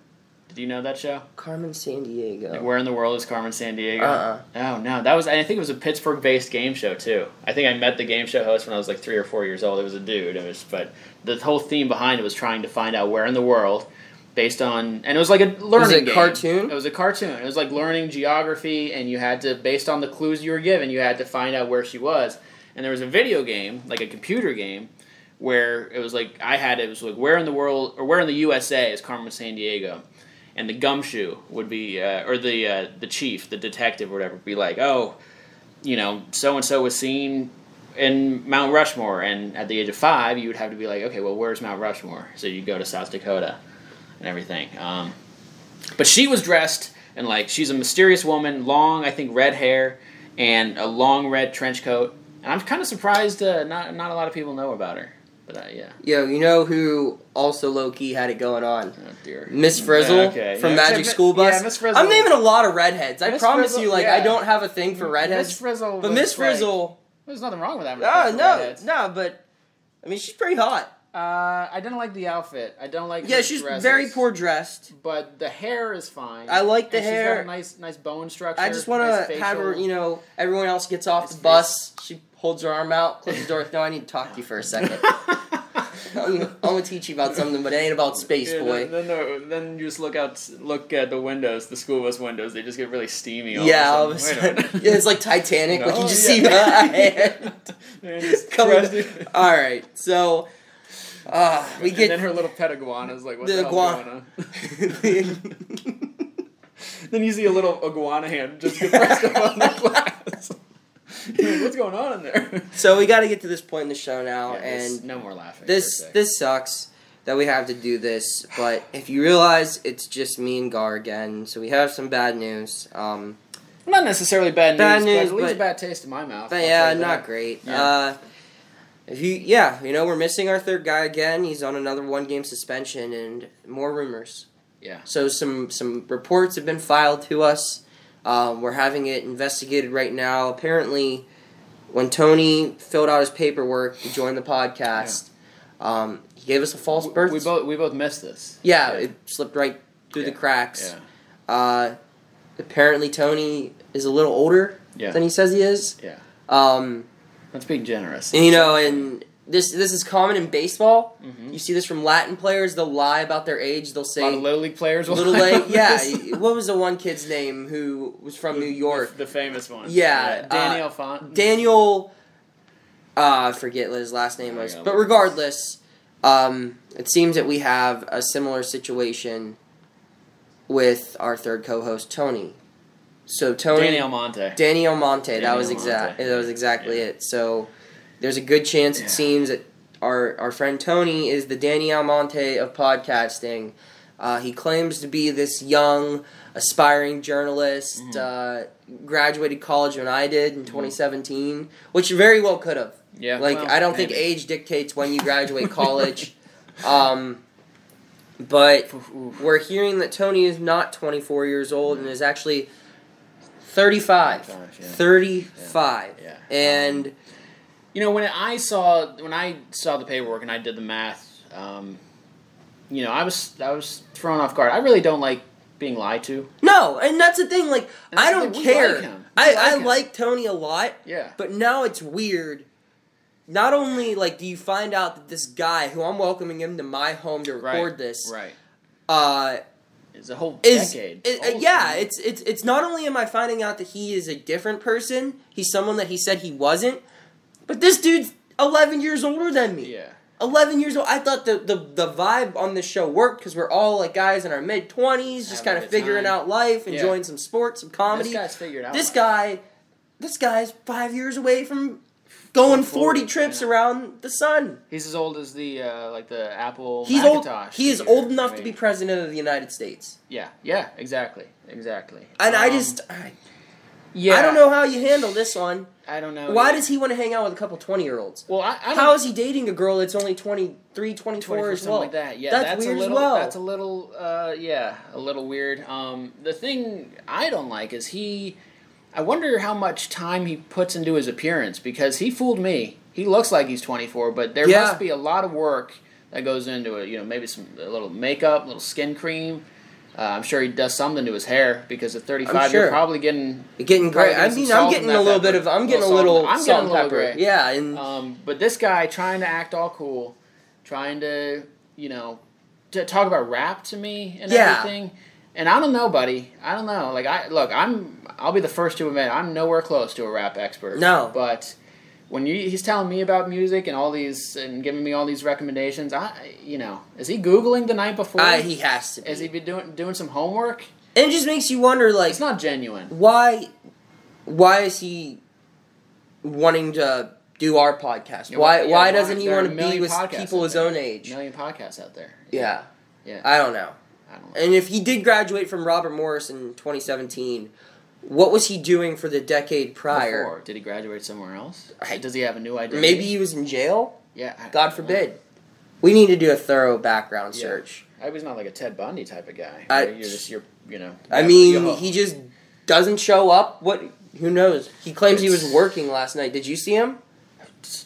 Speaker 2: Did you know that show?
Speaker 1: Carmen San Diego.
Speaker 2: Like, Where in the world is Carmen San Diego?
Speaker 1: Uh-uh.
Speaker 2: Oh no, that was. I think it was a Pittsburgh-based game show too. I think I met the game show host when I was like three or four years old. It was a dude. It was, but the whole theme behind it was trying to find out where in the world, based on, and it was like a learning
Speaker 1: a
Speaker 2: game.
Speaker 1: cartoon?
Speaker 2: It was a cartoon. It was like learning geography, and you had to, based on the clues you were given, you had to find out where she was. And there was a video game, like a computer game, where it was like I had it was like where in the world or where in the USA is Carmen San Diego, and the gumshoe would be uh, or the uh, the chief, the detective, or whatever, would be like, oh, you know, so and so was seen in Mount Rushmore, and at the age of five, you would have to be like, okay, well, where's Mount Rushmore? So you go to South Dakota, and everything. Um, but she was dressed and like she's a mysterious woman, long I think red hair and a long red trench coat. And I'm kind of surprised uh, not not a lot of people know about her. But uh, yeah,
Speaker 1: Yo, you know who also low key had it going on?
Speaker 2: oh dear.
Speaker 1: Miss Frizzle
Speaker 2: Yeah, okay.
Speaker 1: from
Speaker 2: Yeah.
Speaker 1: Magic
Speaker 2: Yeah,
Speaker 1: School
Speaker 2: Mi- yeah,
Speaker 1: Bus.
Speaker 2: Miss Frizzle.
Speaker 1: I'm naming a lot of redheads. I
Speaker 2: Miss
Speaker 1: promise
Speaker 2: Frizzle,
Speaker 1: you, like I
Speaker 2: yeah.
Speaker 1: don't have a thing for redheads.
Speaker 2: Miss Frizzle,
Speaker 1: But
Speaker 2: was,
Speaker 1: Miss
Speaker 2: like-
Speaker 1: Frizzle,
Speaker 2: there's nothing wrong with that. Miss
Speaker 1: No,
Speaker 2: Frizzle
Speaker 1: Oh, no,
Speaker 2: redheads.
Speaker 1: no, but I mean, she's pretty hot.
Speaker 2: Uh, I don't like the outfit. I don't like.
Speaker 1: Yeah,
Speaker 2: her
Speaker 1: she's
Speaker 2: dresses.
Speaker 1: very poor dressed.
Speaker 2: But the hair is fine.
Speaker 1: I like the
Speaker 2: And she's got
Speaker 1: hair.
Speaker 2: a nice, nice bone structure.
Speaker 1: I just want
Speaker 2: want
Speaker 1: to have her, you know, everyone else gets off
Speaker 2: Nice
Speaker 1: the bus. She holds her arm out, closes the door. No, I need to talk to you for a second. I'm, I'm going to teach you about something, but it ain't about space,
Speaker 2: Yeah,
Speaker 1: boy.
Speaker 2: Then, then, uh, then you just look out, look at the windows, the school bus windows. They just get really steamy. All
Speaker 1: yeah, all
Speaker 2: of
Speaker 1: of a
Speaker 2: sudden. Wait
Speaker 1: sudden.
Speaker 2: minute.
Speaker 1: Yeah, it's like Titanic.
Speaker 2: No.
Speaker 1: Like, you
Speaker 2: Oh,
Speaker 1: just
Speaker 2: yeah.
Speaker 1: see her hand
Speaker 2: They're just crusty.
Speaker 1: coming. All right, so uh, we
Speaker 2: and
Speaker 1: get.
Speaker 2: then her little pet iguana is like, what
Speaker 1: The
Speaker 2: the, hell's
Speaker 1: iguana.
Speaker 2: going on? Then you see a little iguana hand just compressed up on the glass. You're like, What's going on in there?
Speaker 1: so we got to get to this point in the show now, and
Speaker 2: no more laughing.
Speaker 1: this this sucks that we have to do this, but if you realize it's just me and Gar again, so we have some bad news. Um,
Speaker 2: not necessarily bad,
Speaker 1: Bad
Speaker 2: news,
Speaker 1: news,
Speaker 2: but it leaves
Speaker 1: but-
Speaker 2: a bad taste in my mouth.
Speaker 1: but
Speaker 2: I'll
Speaker 1: yeah,
Speaker 2: tell you
Speaker 1: not
Speaker 2: that.
Speaker 1: great.
Speaker 2: Yeah.
Speaker 1: Uh, if you yeah, you know we're missing our third guy again. He's on another one game suspension and more rumors.
Speaker 2: Yeah.
Speaker 1: So some some reports have been filed to us. Um, we're having it investigated right now. Apparently, when Tony filled out his paperwork to join the podcast, um, he gave us a false birth.
Speaker 2: We both we both missed this.
Speaker 1: Yeah, it slipped right through the
Speaker 2: Yeah,
Speaker 1: cracks.
Speaker 2: Yeah.
Speaker 1: Uh, apparently, Tony is a little older
Speaker 2: Yeah.
Speaker 1: than he says he is.
Speaker 2: Yeah.
Speaker 1: Um,
Speaker 2: That's being generous.
Speaker 1: and, you know, and this this is common in baseball.
Speaker 2: Mhm.
Speaker 1: You see this from Latin players; they'll lie about their age. They'll
Speaker 2: a lot of
Speaker 1: say
Speaker 2: little league players. will
Speaker 1: little
Speaker 2: lie
Speaker 1: late.
Speaker 2: on
Speaker 1: Yeah,
Speaker 2: this.
Speaker 1: what was the one kid's name who was from New York?
Speaker 2: the famous one.
Speaker 1: Yeah, uh,
Speaker 2: Daniel Font.
Speaker 1: Daniel. Uh, I forget what his last name
Speaker 2: Oh,
Speaker 1: was,
Speaker 2: yeah,
Speaker 1: but
Speaker 2: Lucas.
Speaker 1: regardless, um, it seems that we have a similar situation with our third co-host Tony. So Tony,
Speaker 2: Danny Almonte.
Speaker 1: Daniel Monte, that
Speaker 2: Daniel
Speaker 1: was exact.
Speaker 2: Monte.
Speaker 1: That was exactly
Speaker 2: Yeah.
Speaker 1: it. So there's a good chance
Speaker 2: Yeah.
Speaker 1: it seems that our our friend Tony is the Danny Almonte of podcasting. Uh, he claims to be this young, aspiring journalist.
Speaker 2: Mm-hmm.
Speaker 1: Uh, graduated college when I did in 2017, which very well could have.
Speaker 2: yeah,
Speaker 1: Like
Speaker 2: well,
Speaker 1: I don't think
Speaker 2: maybe.
Speaker 1: age dictates when you graduate college. um, but
Speaker 2: Oof.
Speaker 1: we're hearing that Tony is not 24 years old and is actually 35.
Speaker 2: 35, Oh yeah.
Speaker 1: 35.
Speaker 2: Yeah.
Speaker 1: And
Speaker 2: You know, when I saw when I saw the paperwork and I did the math, um, you know, I was I was thrown off guard. I really don't like being lied to.
Speaker 1: No, and that's the thing. Like
Speaker 2: And that's
Speaker 1: I
Speaker 2: the
Speaker 1: don't
Speaker 2: thing, we
Speaker 1: care.
Speaker 2: like him. We
Speaker 1: I
Speaker 2: like
Speaker 1: I
Speaker 2: him.
Speaker 1: like Tony a lot.
Speaker 2: Yeah.
Speaker 1: But now it's weird. Not only like do you find out that this guy who I'm welcoming him to my home to
Speaker 2: Right.
Speaker 1: record this,
Speaker 2: Right.
Speaker 1: uh,
Speaker 2: It's a whole
Speaker 1: is
Speaker 2: decade.
Speaker 1: it- uh,
Speaker 2: Almost
Speaker 1: yeah.
Speaker 2: a-
Speaker 1: It's it's it's not only am I finding out that he is a different person. He's someone that he said he wasn't. But this dude's 11 years older than me.
Speaker 2: yeah.
Speaker 1: 11 years old. I thought the, the, the vibe on this show worked because we're all like guys in our mid 20s, just
Speaker 2: Having
Speaker 1: kind
Speaker 2: a
Speaker 1: of
Speaker 2: good
Speaker 1: figuring
Speaker 2: time.
Speaker 1: out life,
Speaker 2: Yeah.
Speaker 1: enjoying some sports, some comedy.
Speaker 2: This guy's figured out.
Speaker 1: This
Speaker 2: life.
Speaker 1: guy, this guy's five years away from going 40,
Speaker 2: 40,
Speaker 1: trips
Speaker 2: yeah.
Speaker 1: around the sun.
Speaker 2: He's as old as the uh, like the Apple.
Speaker 1: He's
Speaker 2: Macintosh
Speaker 1: old. He is
Speaker 2: here.
Speaker 1: old enough
Speaker 2: I
Speaker 1: to be
Speaker 2: mean,
Speaker 1: president of the United States.
Speaker 2: Yeah. Yeah. Exactly. Exactly.
Speaker 1: And I
Speaker 2: Um,
Speaker 1: just, I,
Speaker 2: Yeah.
Speaker 1: I don't know how you handle this one.
Speaker 2: I don't know.
Speaker 1: Why
Speaker 2: either.
Speaker 1: does he want to hang out with a couple 20 year olds?
Speaker 2: Well, I, I don't,
Speaker 1: How is he dating a girl that's only 23, 24,
Speaker 2: 24,
Speaker 1: as
Speaker 2: something
Speaker 1: well?
Speaker 2: like that. Yeah,
Speaker 1: that's,
Speaker 2: that's,
Speaker 1: weird
Speaker 2: a little,
Speaker 1: as well.
Speaker 2: That's a little, uh, yeah, a little weird. Um, the thing I don't like is he. I wonder how much time he puts into his appearance because he fooled me. He looks like he's 24, but there
Speaker 1: Yeah.
Speaker 2: must be a lot of work that goes into it. You know, maybe some a little makeup, a little skin cream. Uh, I'm sure he does something to his hair because at 35,
Speaker 1: sure.
Speaker 2: you're probably getting
Speaker 1: Getting
Speaker 2: Probably
Speaker 1: gray. I
Speaker 2: some
Speaker 1: mean,
Speaker 2: salt
Speaker 1: I'm
Speaker 2: in
Speaker 1: getting
Speaker 2: that
Speaker 1: a little bit
Speaker 2: pepper.
Speaker 1: of. I'm getting a
Speaker 2: Little
Speaker 1: little.
Speaker 2: salt in- I'm
Speaker 1: salt
Speaker 2: getting
Speaker 1: and
Speaker 2: a little
Speaker 1: pepper.
Speaker 2: gray.
Speaker 1: Yeah, and
Speaker 2: Um, but this guy trying to act all cool, trying to you know to talk about rap to me and
Speaker 1: Yeah.
Speaker 2: everything. And I don't know, buddy. I don't know. Like I look, I'm I'll be the first to admit I'm nowhere close to a rap expert.
Speaker 1: No.
Speaker 2: but when you, he's telling me about music and all these and giving me all these recommendations, I you know is he googling the night before?
Speaker 1: I, Uh, he has to. Be.
Speaker 2: is he been doing doing some homework?
Speaker 1: and it just makes you wonder, like,
Speaker 2: It's not genuine.
Speaker 1: why, why is he wanting to do our podcast?
Speaker 2: Yeah,
Speaker 1: why,
Speaker 2: yeah,
Speaker 1: why doesn't he
Speaker 2: there are
Speaker 1: want
Speaker 2: a
Speaker 1: to be
Speaker 2: million
Speaker 1: with
Speaker 2: podcasts
Speaker 1: people
Speaker 2: out
Speaker 1: his
Speaker 2: there.
Speaker 1: own age?
Speaker 2: million podcasts out there.
Speaker 1: Yeah,
Speaker 2: Yeah, I,
Speaker 1: I don't know.
Speaker 2: don't know.
Speaker 1: And if he did graduate from Robert Morris in 2017, what was he doing for the decade prior?
Speaker 2: Before. Did he graduate somewhere else?
Speaker 1: I-
Speaker 2: Does he have a new idea?
Speaker 1: Maybe he was in jail.
Speaker 2: Yeah. I-
Speaker 1: God forbid. We need to do a thorough background
Speaker 2: Yeah.
Speaker 1: search.
Speaker 2: I was not like a Ted Bundy type of guy.
Speaker 1: I-
Speaker 2: Where you're just you're you know.
Speaker 1: I
Speaker 2: yeah,
Speaker 1: mean,
Speaker 2: yo.
Speaker 1: he just doesn't show up. What? Who knows? He claims he was
Speaker 2: It's-
Speaker 1: working last night. Did you see him?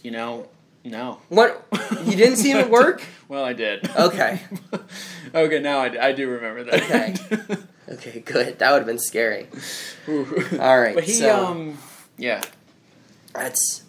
Speaker 2: you know no.
Speaker 1: What? You didn't see him at work?
Speaker 2: Well, I did.
Speaker 1: Okay.
Speaker 2: okay, now I, I do remember that.
Speaker 1: Okay. Okay, good. That would have been scary.
Speaker 2: Okay.
Speaker 1: All right.
Speaker 2: But he
Speaker 1: so
Speaker 2: um yeah
Speaker 1: that's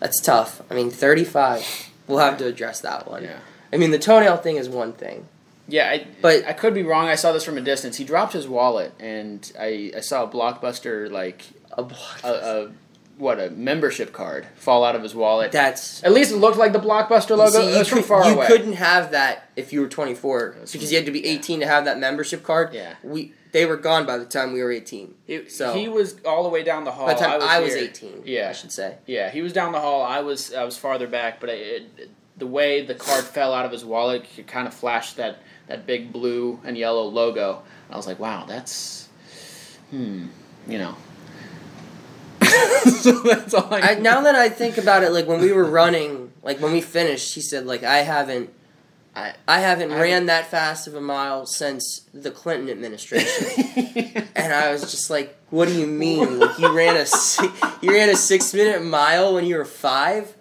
Speaker 1: that's tough. I mean, thirty-five. We'll have to address that one.
Speaker 2: yeah.
Speaker 1: I mean, the toenail thing is one thing.
Speaker 2: Yeah, I,
Speaker 1: But-
Speaker 2: I could be wrong. I saw this from a distance. He dropped his wallet, and I, I saw a blockbuster like
Speaker 1: A block.
Speaker 2: a, a what a membership card fall out of his wallet.
Speaker 1: that's.
Speaker 2: At least it looked like the blockbuster logo.
Speaker 1: See,
Speaker 2: it
Speaker 1: you,
Speaker 2: was from
Speaker 1: could-
Speaker 2: far
Speaker 1: you
Speaker 2: away.
Speaker 1: couldn't have that if you were 24
Speaker 2: That's
Speaker 1: because you had to be
Speaker 2: yeah.
Speaker 1: 18 to have that membership card.
Speaker 2: Yeah.
Speaker 1: we they were gone by the time we were 18.
Speaker 2: It,
Speaker 1: So-
Speaker 2: he was all the way down the hall.
Speaker 1: By the time I was,
Speaker 2: here.
Speaker 1: 18, I
Speaker 2: Yeah,
Speaker 1: should say.
Speaker 2: yeah, he was down the hall. I was I was farther back, but it, it, the way the card fell out of his wallet, it kind of flashed that that big blue and yellow logo. I was like, wow, that's hmm, you know. so that's all I.
Speaker 1: I, now that I think about it, like when we were running, like when we finished, he said, like I haven't, I, I haven't
Speaker 2: I-
Speaker 1: ran that fast of a mile since the Clinton administration, and I was just like, what do you mean? Like you ran a si- you ran a six minute mile when you were five?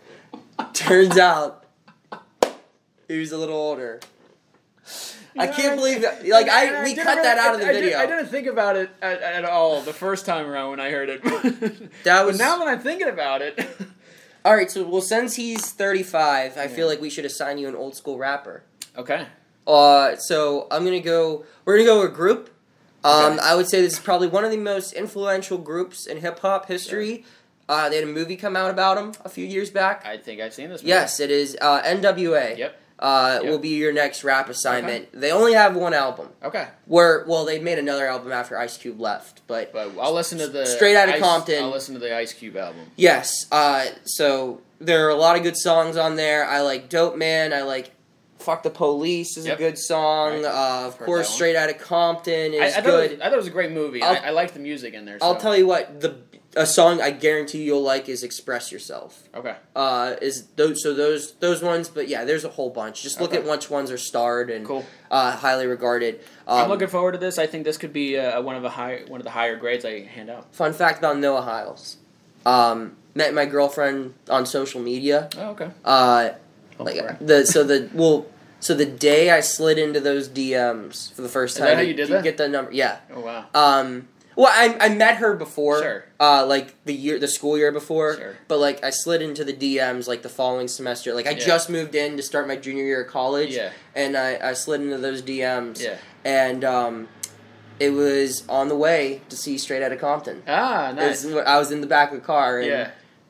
Speaker 1: Turns out, he was a little older. I
Speaker 2: Yeah,
Speaker 1: can't
Speaker 2: I-
Speaker 1: believe that. Like
Speaker 2: And
Speaker 1: I, we
Speaker 2: didn't
Speaker 1: cut that
Speaker 2: really-
Speaker 1: out of the
Speaker 2: I- I
Speaker 1: video.
Speaker 2: didn't- I didn't think about it at, at all the first time around when I heard it.
Speaker 1: That
Speaker 2: But
Speaker 1: was-
Speaker 2: now that I'm thinking about it.
Speaker 1: All right, so well, since he's thirty five, I feel like we should assign you an old school rapper.
Speaker 2: Okay.
Speaker 1: Uh, so I'm gonna go. We're gonna go with group. Um,
Speaker 2: Okay.
Speaker 1: I would say this is probably one of the most influential groups in hip hop history. Uh, they had a movie come out about them a few years back.
Speaker 2: I think I've seen this. Movie.
Speaker 1: yes, it is uh, NWA.
Speaker 2: Yep.
Speaker 1: Uh,
Speaker 2: Yep.
Speaker 1: will be your next rap assignment. They only have one album.
Speaker 2: Okay.
Speaker 1: Where well, they made another album after Ice Cube left, but
Speaker 2: But I'll listen to the
Speaker 1: Straight Outta
Speaker 2: Ice-
Speaker 1: Compton.
Speaker 2: I'll listen to the Ice Cube album.
Speaker 1: Yes. Uh, so there are a lot of good songs on there. I like Dope Man. I like Fuck the Police is
Speaker 2: Yep.
Speaker 1: a good song.
Speaker 2: Right.
Speaker 1: Uh, of
Speaker 2: Heard
Speaker 1: course,
Speaker 2: that one.
Speaker 1: Straight Outta Compton
Speaker 2: I, I
Speaker 1: is
Speaker 2: thought
Speaker 1: good.
Speaker 2: It was, I thought it was a great movie. I,
Speaker 1: I'll-
Speaker 2: I liked the music in there. So.
Speaker 1: I'll tell you what the a song I guarantee you'll like is Express Yourself.
Speaker 2: Okay.
Speaker 1: Uh, is those so those those ones? But yeah, there's a whole bunch. Just look
Speaker 2: Okay.
Speaker 1: at which ones are starred and
Speaker 2: Cool.
Speaker 1: uh, highly regarded. Um,
Speaker 2: I'm looking forward to this. I think this could be uh, one of the high one of the higher grades I hand out.
Speaker 1: fun fact about Noah Hiles. Um, met my girlfriend on social media.
Speaker 2: Oh, okay.
Speaker 1: Uh, like
Speaker 2: Alright.
Speaker 1: the so the well So the day I slid into those DMs for the first
Speaker 2: Is
Speaker 1: time,
Speaker 2: that how you did
Speaker 1: you
Speaker 2: that?
Speaker 1: get the number. Yeah.
Speaker 2: Oh wow.
Speaker 1: Um. Well, I, I met her before,
Speaker 2: Sure.
Speaker 1: uh, like the year, the school year before.
Speaker 2: Sure.
Speaker 1: But like, I slid into the DMs like the following semester. Like, I
Speaker 2: Yeah.
Speaker 1: just moved in to start my junior year of college,
Speaker 2: Yeah.
Speaker 1: and I, I slid into those DMs.
Speaker 2: Yeah.
Speaker 1: And um, it was on the way to see Straight Outta Compton.
Speaker 2: Ah, nice.
Speaker 1: It was- I was in the back of the car. And,
Speaker 2: Yeah.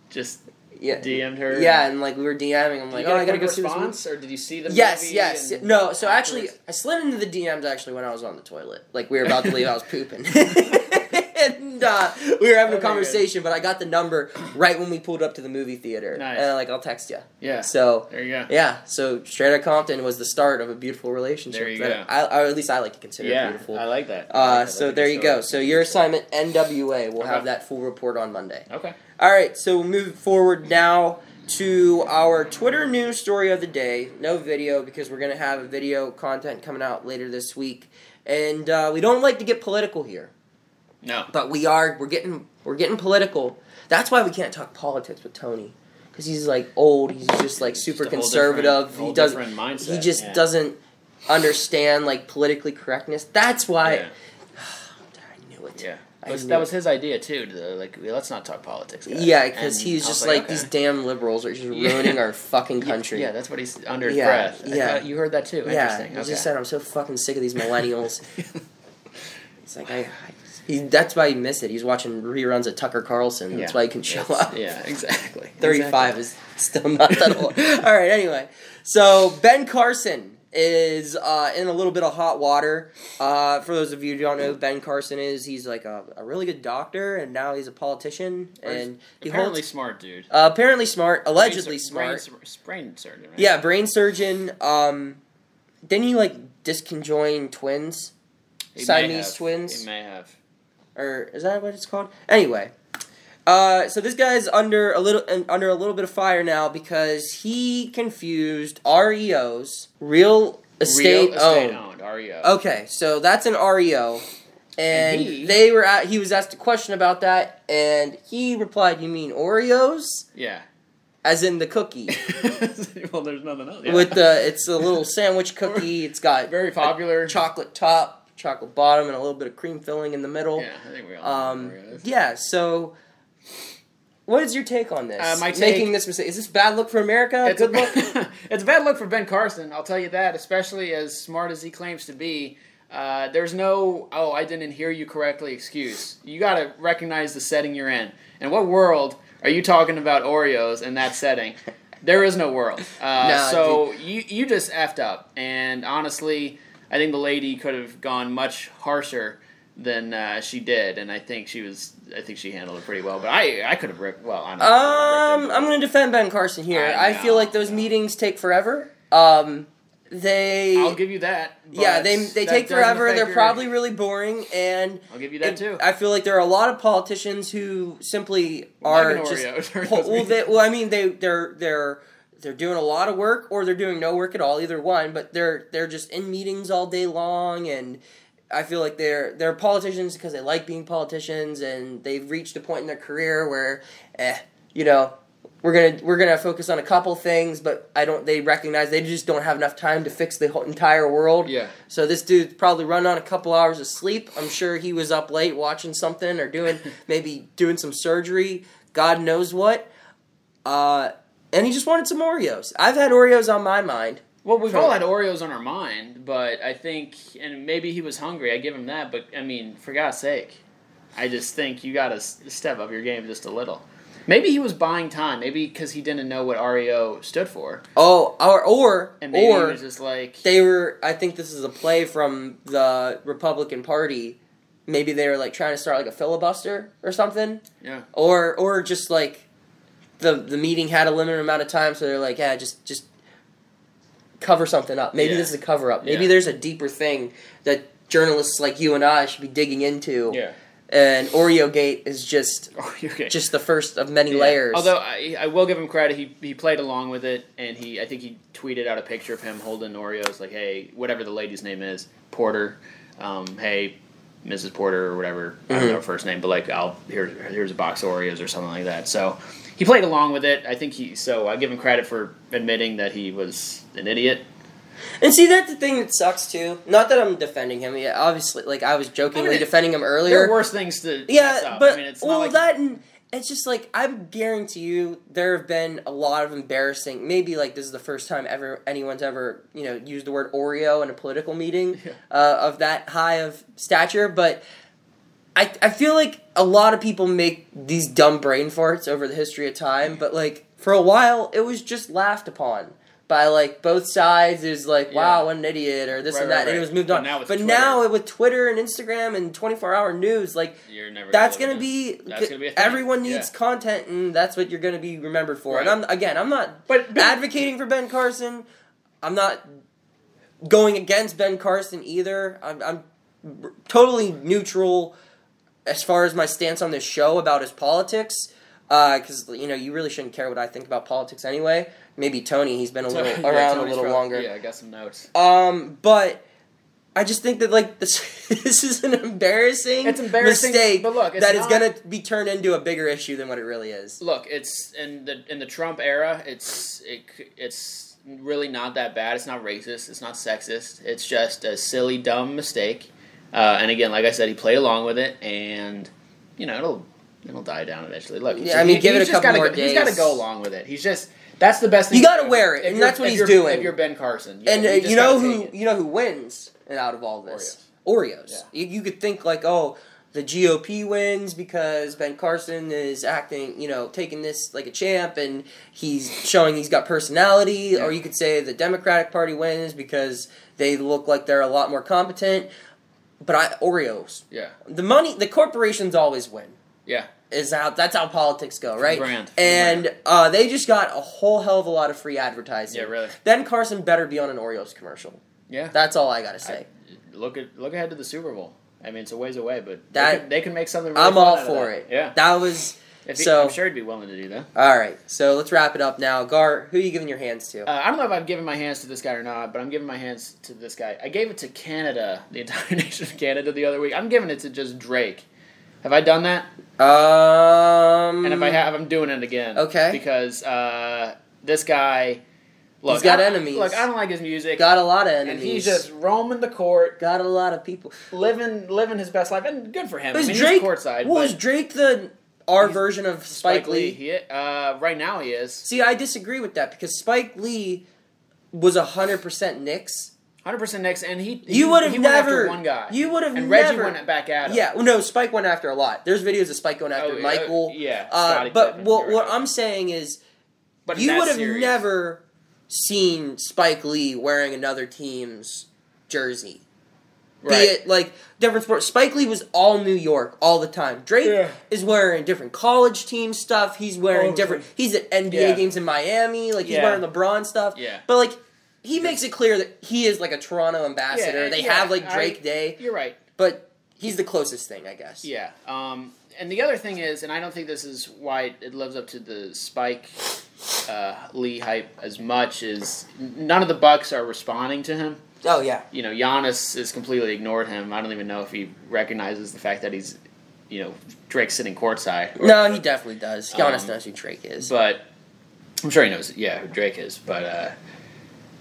Speaker 2: Just
Speaker 1: Yeah.
Speaker 2: DM'd her.
Speaker 1: Yeah, and like we were DMing. I'm
Speaker 2: Did you
Speaker 1: like,
Speaker 2: get
Speaker 1: oh,
Speaker 2: a
Speaker 1: I gotta go
Speaker 2: quick
Speaker 1: see this movie.
Speaker 2: response, or did you see the
Speaker 1: Yes,
Speaker 2: movie
Speaker 1: yes.
Speaker 2: and-
Speaker 1: No, so actually,
Speaker 2: afterwards?
Speaker 1: I slid into the DMs actually when I was on the toilet. Like, we were about to leave, I was pooping. and uh, we were having
Speaker 2: Oh my
Speaker 1: a conversation, but I got the number right when we pulled up to the movie theater.
Speaker 2: Nice.
Speaker 1: And I'm like, I'll text you.
Speaker 2: Yeah.
Speaker 1: So,
Speaker 2: there you go.
Speaker 1: yeah, so Straight Outta Compton was the start of a beautiful relationship.
Speaker 2: There you
Speaker 1: that
Speaker 2: go.
Speaker 1: I, or at least I like to consider it
Speaker 2: Yeah,
Speaker 1: beautiful.
Speaker 2: I like that. I
Speaker 1: uh,
Speaker 2: like that.
Speaker 1: so
Speaker 2: That's a
Speaker 1: there
Speaker 2: good
Speaker 1: you
Speaker 2: story.
Speaker 1: go. So your assignment NWA. We'll have
Speaker 2: Okay.
Speaker 1: that full report on Monday.
Speaker 2: Okay.
Speaker 1: All right, so we'll move forward now to our Twitter news story of the day. No video because we're going to have video content coming out later this week, and uh, we don't like to get political here,
Speaker 2: No.
Speaker 1: but we are. We're getting we're getting political. That's why we can't talk politics with Tony because he's like old. He's just like super
Speaker 2: Just a whole
Speaker 1: conservative.
Speaker 2: different- whole
Speaker 1: He doesn't.
Speaker 2: different mindset.
Speaker 1: He just
Speaker 2: yeah.
Speaker 1: doesn't understand like politically correctness. That's why.
Speaker 2: Yeah.
Speaker 1: I knew it.
Speaker 2: Yeah.
Speaker 1: I
Speaker 2: That's-
Speaker 1: knew
Speaker 2: that
Speaker 1: it.
Speaker 2: was his idea too. To, like, let's not talk politics. Guys.
Speaker 1: Yeah, because
Speaker 2: And
Speaker 1: he's
Speaker 2: I was
Speaker 1: just like,
Speaker 2: okay.
Speaker 1: these damn liberals are just
Speaker 2: Yeah.
Speaker 1: ruining our fucking country.
Speaker 2: Yeah, that's what he's under his
Speaker 1: Yeah,
Speaker 2: breath. I
Speaker 1: yeah.
Speaker 2: thought you heard that too.
Speaker 1: Yeah,
Speaker 2: Interesting.
Speaker 1: he
Speaker 2: okay.
Speaker 1: just said I'm so fucking sick of these millennials. He's like, I, I he, that's why he missed it. He's watching reruns of Tucker Carlson. That's
Speaker 2: Yeah.
Speaker 1: why he can show
Speaker 2: It's-
Speaker 1: up.
Speaker 2: Yeah, exactly.
Speaker 1: 35 is still not that old. All right, anyway. So, Ben Carson is uh, in a little bit of hot water. Uh, for those of you who don't know who Ben Carson is, he's like a, a really good doctor, and now he's a politician. And he
Speaker 2: apparently
Speaker 1: holds,
Speaker 2: smart dude.
Speaker 1: uh, apparently smart, allegedly
Speaker 2: Brain sur-
Speaker 1: smart.
Speaker 2: Brain, sur- brain surgeon. Right?
Speaker 1: Yeah, brain surgeon. Um, didn't he like disconjoin twins
Speaker 2: He may
Speaker 1: Siamese
Speaker 2: have.
Speaker 1: twins?
Speaker 2: He may have.
Speaker 1: or is that what it's called? Anyway, uh, so this guy's under a little un- under a little bit of fire now because he confused REOs, real estate,
Speaker 2: Real estate
Speaker 1: owned. Oh.
Speaker 2: owned. E REO.
Speaker 1: Okay, so that's an REO. And,
Speaker 2: And he-
Speaker 1: they were at, he was asked a question about that, and he replied, "You mean Oreos,
Speaker 2: Yeah.
Speaker 1: as in the cookie
Speaker 2: well, there's nothing else. Yeah.
Speaker 1: with the? It's a little sandwich cookie. It's got
Speaker 2: very popular.
Speaker 1: chocolate top, chocolate bottom, and a little bit of cream filling in the middle.
Speaker 2: yeah, I think we all.
Speaker 1: Um,
Speaker 2: know where it is.
Speaker 1: yeah. So, what is your take on this?
Speaker 2: Uh, my
Speaker 1: Making
Speaker 2: take-
Speaker 1: this mistake is this bad look for America?
Speaker 2: It's a,
Speaker 1: Good look.
Speaker 2: it's a bad look for Ben Carson, I'll tell you that, especially as smart as he claims to be. Uh, there's no, oh, I didn't hear you correctly excuse. You got to recognize the setting you're in. And what world are you talking about Oreos in that setting? There is no world. Uh,
Speaker 1: Nah,
Speaker 2: so you, you just effed up. And honestly, I think the lady could have gone much harsher than uh, she did. And I think she was, I think she handled it pretty well. But I, I could have ripped, well, I don't know. I
Speaker 1: um,
Speaker 2: could've ripped it.
Speaker 1: I'm going to defend Ben Carson here. I,
Speaker 2: I
Speaker 1: feel
Speaker 2: know.
Speaker 1: like those meetings take forever. Um, they.
Speaker 2: I'll give you that.
Speaker 1: yeah,
Speaker 2: but
Speaker 1: they they
Speaker 2: that
Speaker 1: take
Speaker 2: doesn't
Speaker 1: forever.
Speaker 2: affect
Speaker 1: They're
Speaker 2: your-
Speaker 1: probably really boring, and
Speaker 2: I'll give you that
Speaker 1: it-
Speaker 2: too.
Speaker 1: I feel like there are a lot of politicians who simply
Speaker 2: Like
Speaker 1: are
Speaker 2: an
Speaker 1: just
Speaker 2: Oreo.
Speaker 1: Well, well, they, well, I mean, they they're they're they're doing a lot of work, or they're doing no work at all. Either one, but they're they're just in meetings all day long, and I feel like they're they're politicians because they like being politicians, and they've reached a point in their career where, eh, you know. We're gonna we're gonna focus on a couple things, but I don't. They recognize they just don't have enough time to fix the whole entire world.
Speaker 2: Yeah.
Speaker 1: So this dude probably run on a couple hours of sleep. I'm sure he was up late watching something or doing maybe doing some surgery, God knows what. Uh, and he just wanted some Oreos. I've had Oreos on my mind.
Speaker 2: well, we've
Speaker 1: Sure.
Speaker 2: all had Oreos on our mind, but I think, and maybe he was hungry. I give him that, but I mean, for God's sake, I just think you got to step up your game just a little. Maybe he was buying time. Maybe because he didn't know what REO stood for,
Speaker 1: Oh, or or
Speaker 2: and maybe he
Speaker 1: or
Speaker 2: was just like,
Speaker 1: they were. I think this is a play from the Republican Party. Maybe they were like trying to start like a filibuster or something,
Speaker 2: yeah,
Speaker 1: or or just like the the meeting had a limited amount of time, so they're like, yeah, just just cover something up. Maybe
Speaker 2: Yeah.
Speaker 1: this is a cover up. Maybe
Speaker 2: Yeah.
Speaker 1: there's a deeper thing that journalists like you and I should be digging into.
Speaker 2: yeah.
Speaker 1: And Oreo Gate is just
Speaker 2: Oh, you're okay.
Speaker 1: just the first of many
Speaker 2: Yeah.
Speaker 1: layers.
Speaker 2: Although I, I will give him credit, he, he played along with it, and he I think he tweeted out a picture of him holding Oreos, like hey, whatever the lady's name is, Porter, um, hey, Mrs. Porter or whatever, I
Speaker 1: Mm-hmm.
Speaker 2: don't know her first name, but like I'll here here's a box of Oreos or something like that. So he played along with it. I think he so I give him credit for admitting that he was an idiot.
Speaker 1: And see, that's the thing that sucks too. Not that I'm defending him. Yeah, obviously, like I was jokingly
Speaker 2: I mean,
Speaker 1: defending him
Speaker 2: There
Speaker 1: earlier.
Speaker 2: are worse things to.
Speaker 1: yeah,
Speaker 2: mess up.
Speaker 1: but
Speaker 2: I mean, it's
Speaker 1: well,
Speaker 2: not like,
Speaker 1: that and it's just like I guarantee you, there have been a lot of embarrassing. Maybe like this is the first time ever anyone's ever you know used the word Oreo in a political meeting
Speaker 2: Yeah.
Speaker 1: uh, of that high of stature, but. I, I feel like a lot of people make these dumb brain farts over the history of time, but like for a while it was just laughed upon by like both sides is like wow what an idiot or this
Speaker 2: Right,
Speaker 1: and that
Speaker 2: right,
Speaker 1: and it
Speaker 2: right.
Speaker 1: was moved
Speaker 2: But
Speaker 1: on.
Speaker 2: now with
Speaker 1: but
Speaker 2: Twitter-
Speaker 1: now with Twitter and Instagram and twenty four hour news, like
Speaker 2: you're never.
Speaker 1: that's
Speaker 2: gonna
Speaker 1: gonna be,
Speaker 2: That's gonna be a thing.
Speaker 1: everyone needs
Speaker 2: Yeah.
Speaker 1: content and that's what you're gonna be remembered for.
Speaker 2: Right.
Speaker 1: And I'm again, I'm not
Speaker 2: But- but-
Speaker 1: advocating for Ben Carson. I'm not going against Ben Carson either. I'm, I'm totally neutral as far as my stance on this show about his politics. Because you know you really shouldn't care what I think about politics anyway. Maybe Tony, he's been a little
Speaker 2: Yeah,
Speaker 1: around a
Speaker 2: Tony's
Speaker 1: little
Speaker 2: probably-
Speaker 1: longer.
Speaker 2: Yeah, I got some notes.
Speaker 1: Um, but I just think that like this this is an embarrassing,
Speaker 2: It's embarrassing,
Speaker 1: mistake
Speaker 2: but look, it's
Speaker 1: that is
Speaker 2: not-
Speaker 1: gonna be turned into a bigger issue than what it really is.
Speaker 2: Look, it's in the in the Trump era. It's it, c- it's really not that bad. It's not racist. It's not sexist. It's just a silly, dumb mistake. Uh, and again, like I said, he played along with it, and you know it'll it'll die down eventually. Look,
Speaker 1: Yeah, I mean, give it a
Speaker 2: he's just
Speaker 1: couple
Speaker 2: gotta
Speaker 1: more
Speaker 2: go- He's got
Speaker 1: days.
Speaker 2: to go along with it. He's just that's the best thing.
Speaker 1: You gotta
Speaker 2: do.
Speaker 1: wear it,
Speaker 2: If
Speaker 1: and
Speaker 2: you're-
Speaker 1: that's what
Speaker 2: if
Speaker 1: he's
Speaker 2: you're-
Speaker 1: doing.
Speaker 2: If you're Ben Carson, you
Speaker 1: And uh,
Speaker 2: know,
Speaker 1: you
Speaker 2: just
Speaker 1: know
Speaker 2: gotta
Speaker 1: who
Speaker 2: take it.
Speaker 1: you know who wins and out of all this Oreos. You, you could think like oh. The GOP wins because Ben Carson is acting, you know, taking this like a champ and he's showing he's got personality. Or you could say the Democratic Party wins because they look like they're a lot more competent. But I Oreos,
Speaker 2: Yeah,
Speaker 1: the money the corporations always win
Speaker 2: yeah.
Speaker 1: is how that's how politics go right
Speaker 2: brand, for the
Speaker 1: and
Speaker 2: brand.
Speaker 1: Uh, they just got a whole hell of a lot of free advertising
Speaker 2: Yeah, really.
Speaker 1: then carson better be on an oreos commercial
Speaker 2: Yeah.
Speaker 1: that's all i gotta say
Speaker 2: I- look at look ahead to the Super Bowl. I mean, it's a ways away, but
Speaker 1: That-
Speaker 2: they, can, they can make something. Really
Speaker 1: i'm
Speaker 2: fun
Speaker 1: all
Speaker 2: out of
Speaker 1: for
Speaker 2: that.
Speaker 1: it
Speaker 2: Yeah,
Speaker 1: that was
Speaker 2: If he-
Speaker 1: so
Speaker 2: I'm sure he'd be willing to do that.
Speaker 1: all right so let's wrap it up now gar who are you giving your hands to
Speaker 2: Uh, I don't know if I've given my hands to this guy or not, but I'm giving my hands to this guy. I gave it to Canada, the entire nation of Canada, the other week. I'm giving it to just Drake. Have I done that?
Speaker 1: um
Speaker 2: And if I have, I'm doing it again.
Speaker 1: Okay.
Speaker 2: Because uh, this guy, look,
Speaker 1: got
Speaker 2: I don't-
Speaker 1: enemies.
Speaker 2: Look, I don't like his music,
Speaker 1: got a lot of
Speaker 2: and
Speaker 1: enemies
Speaker 2: he's just roaming the court,
Speaker 1: got a lot of people
Speaker 2: living living his best life, and good for him.
Speaker 1: is
Speaker 2: I mean,
Speaker 1: drake
Speaker 2: he's courtside.
Speaker 1: well
Speaker 2: but-
Speaker 1: is drake the our version of spike,
Speaker 2: Spike Lee.
Speaker 1: lee
Speaker 2: He, uh, right now he is
Speaker 1: See, I disagree with that because Spike Lee was hundred percent Knicks.
Speaker 2: 100 percent Knicks, and he
Speaker 1: You
Speaker 2: he-
Speaker 1: would've
Speaker 2: he went after
Speaker 1: never-
Speaker 2: one guy.
Speaker 1: you would've
Speaker 2: and Reggie
Speaker 1: never-
Speaker 2: went back at him.
Speaker 1: Yeah, well, no, Spike went after a lot. There's videos of Spike going after
Speaker 2: Oh, uh,
Speaker 1: Michael.
Speaker 2: yeah,
Speaker 1: uh,
Speaker 2: Scottie
Speaker 1: but
Speaker 2: Pippen,
Speaker 1: what
Speaker 2: you're
Speaker 1: what
Speaker 2: right.
Speaker 1: I'm saying is,
Speaker 2: but in
Speaker 1: you
Speaker 2: that
Speaker 1: would have
Speaker 2: series-
Speaker 1: never seen Spike Lee wearing another team's jersey.
Speaker 2: right.
Speaker 1: Be it like different sports. Spike Lee was all New York all the time. Drake
Speaker 2: Yeah.
Speaker 1: is wearing different college team stuff. He's wearing
Speaker 2: Oh,
Speaker 1: different. He's at NBA
Speaker 2: yeah.
Speaker 1: games in Miami. Like he's
Speaker 2: Yeah.
Speaker 1: wearing LeBron stuff.
Speaker 2: Yeah.
Speaker 1: But like he makes it clear that he is like a Toronto
Speaker 2: Yeah,
Speaker 1: ambassador. they
Speaker 2: yeah,
Speaker 1: have like
Speaker 2: I-
Speaker 1: Drake Day,
Speaker 2: You're right.
Speaker 1: but he's the closest thing, I guess.
Speaker 2: Yeah. Um, and the other thing is, and I don't think this is why it lives up to the Spike uh, Lee hype as much is none of the Bucks are responding to him.
Speaker 1: Oh yeah.
Speaker 2: you know, Giannis has completely ignored him. I don't even know if he recognizes the fact that he's, you know, Drake sitting courtside. Or,
Speaker 1: No, he definitely does. Giannis
Speaker 2: Um,
Speaker 1: knows who Drake is.
Speaker 2: But I'm sure he knows, yeah, who Drake is. But, uh,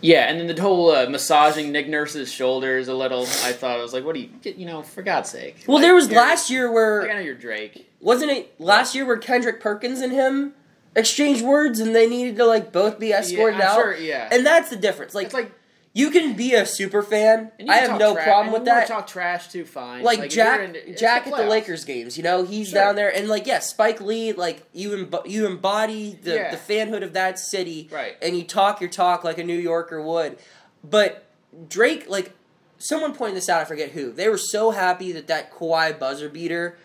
Speaker 2: yeah, and then the whole uh, massaging Nick Nurse's shoulders a little, I thought, I was like, what do you, get, you know, for God's sake.
Speaker 1: well,
Speaker 2: Like,
Speaker 1: there was
Speaker 2: you're-
Speaker 1: last year where
Speaker 2: Like, I know you're Drake.
Speaker 1: wasn't it last year where Kendrick Perkins and him exchanged words and they needed to like both be escorted
Speaker 2: I'm
Speaker 1: out.
Speaker 2: sure, yeah.
Speaker 1: And that's the difference. Like,
Speaker 2: It's like,
Speaker 1: you can be a super fan.
Speaker 2: and you
Speaker 1: I
Speaker 2: can
Speaker 1: have
Speaker 2: talk
Speaker 1: no
Speaker 2: tra-
Speaker 1: problem
Speaker 2: and
Speaker 1: with
Speaker 2: you wanna
Speaker 1: that.
Speaker 2: Talk trash too, fine.
Speaker 1: like,
Speaker 2: if you're
Speaker 1: Jack,
Speaker 2: in- it's
Speaker 1: Jack at the
Speaker 2: playoffs.
Speaker 1: Lakers games, you know, he's
Speaker 2: Sure.
Speaker 1: down there, and like, yeah, Spike Lee, like you, emb- you embody the,
Speaker 2: Yeah.
Speaker 1: the fanhood of that city,
Speaker 2: Right.
Speaker 1: And you talk your talk like a New Yorker would, but Drake, like, someone pointed this out, I forget who. They were so happy that that Kawhi buzzer beater,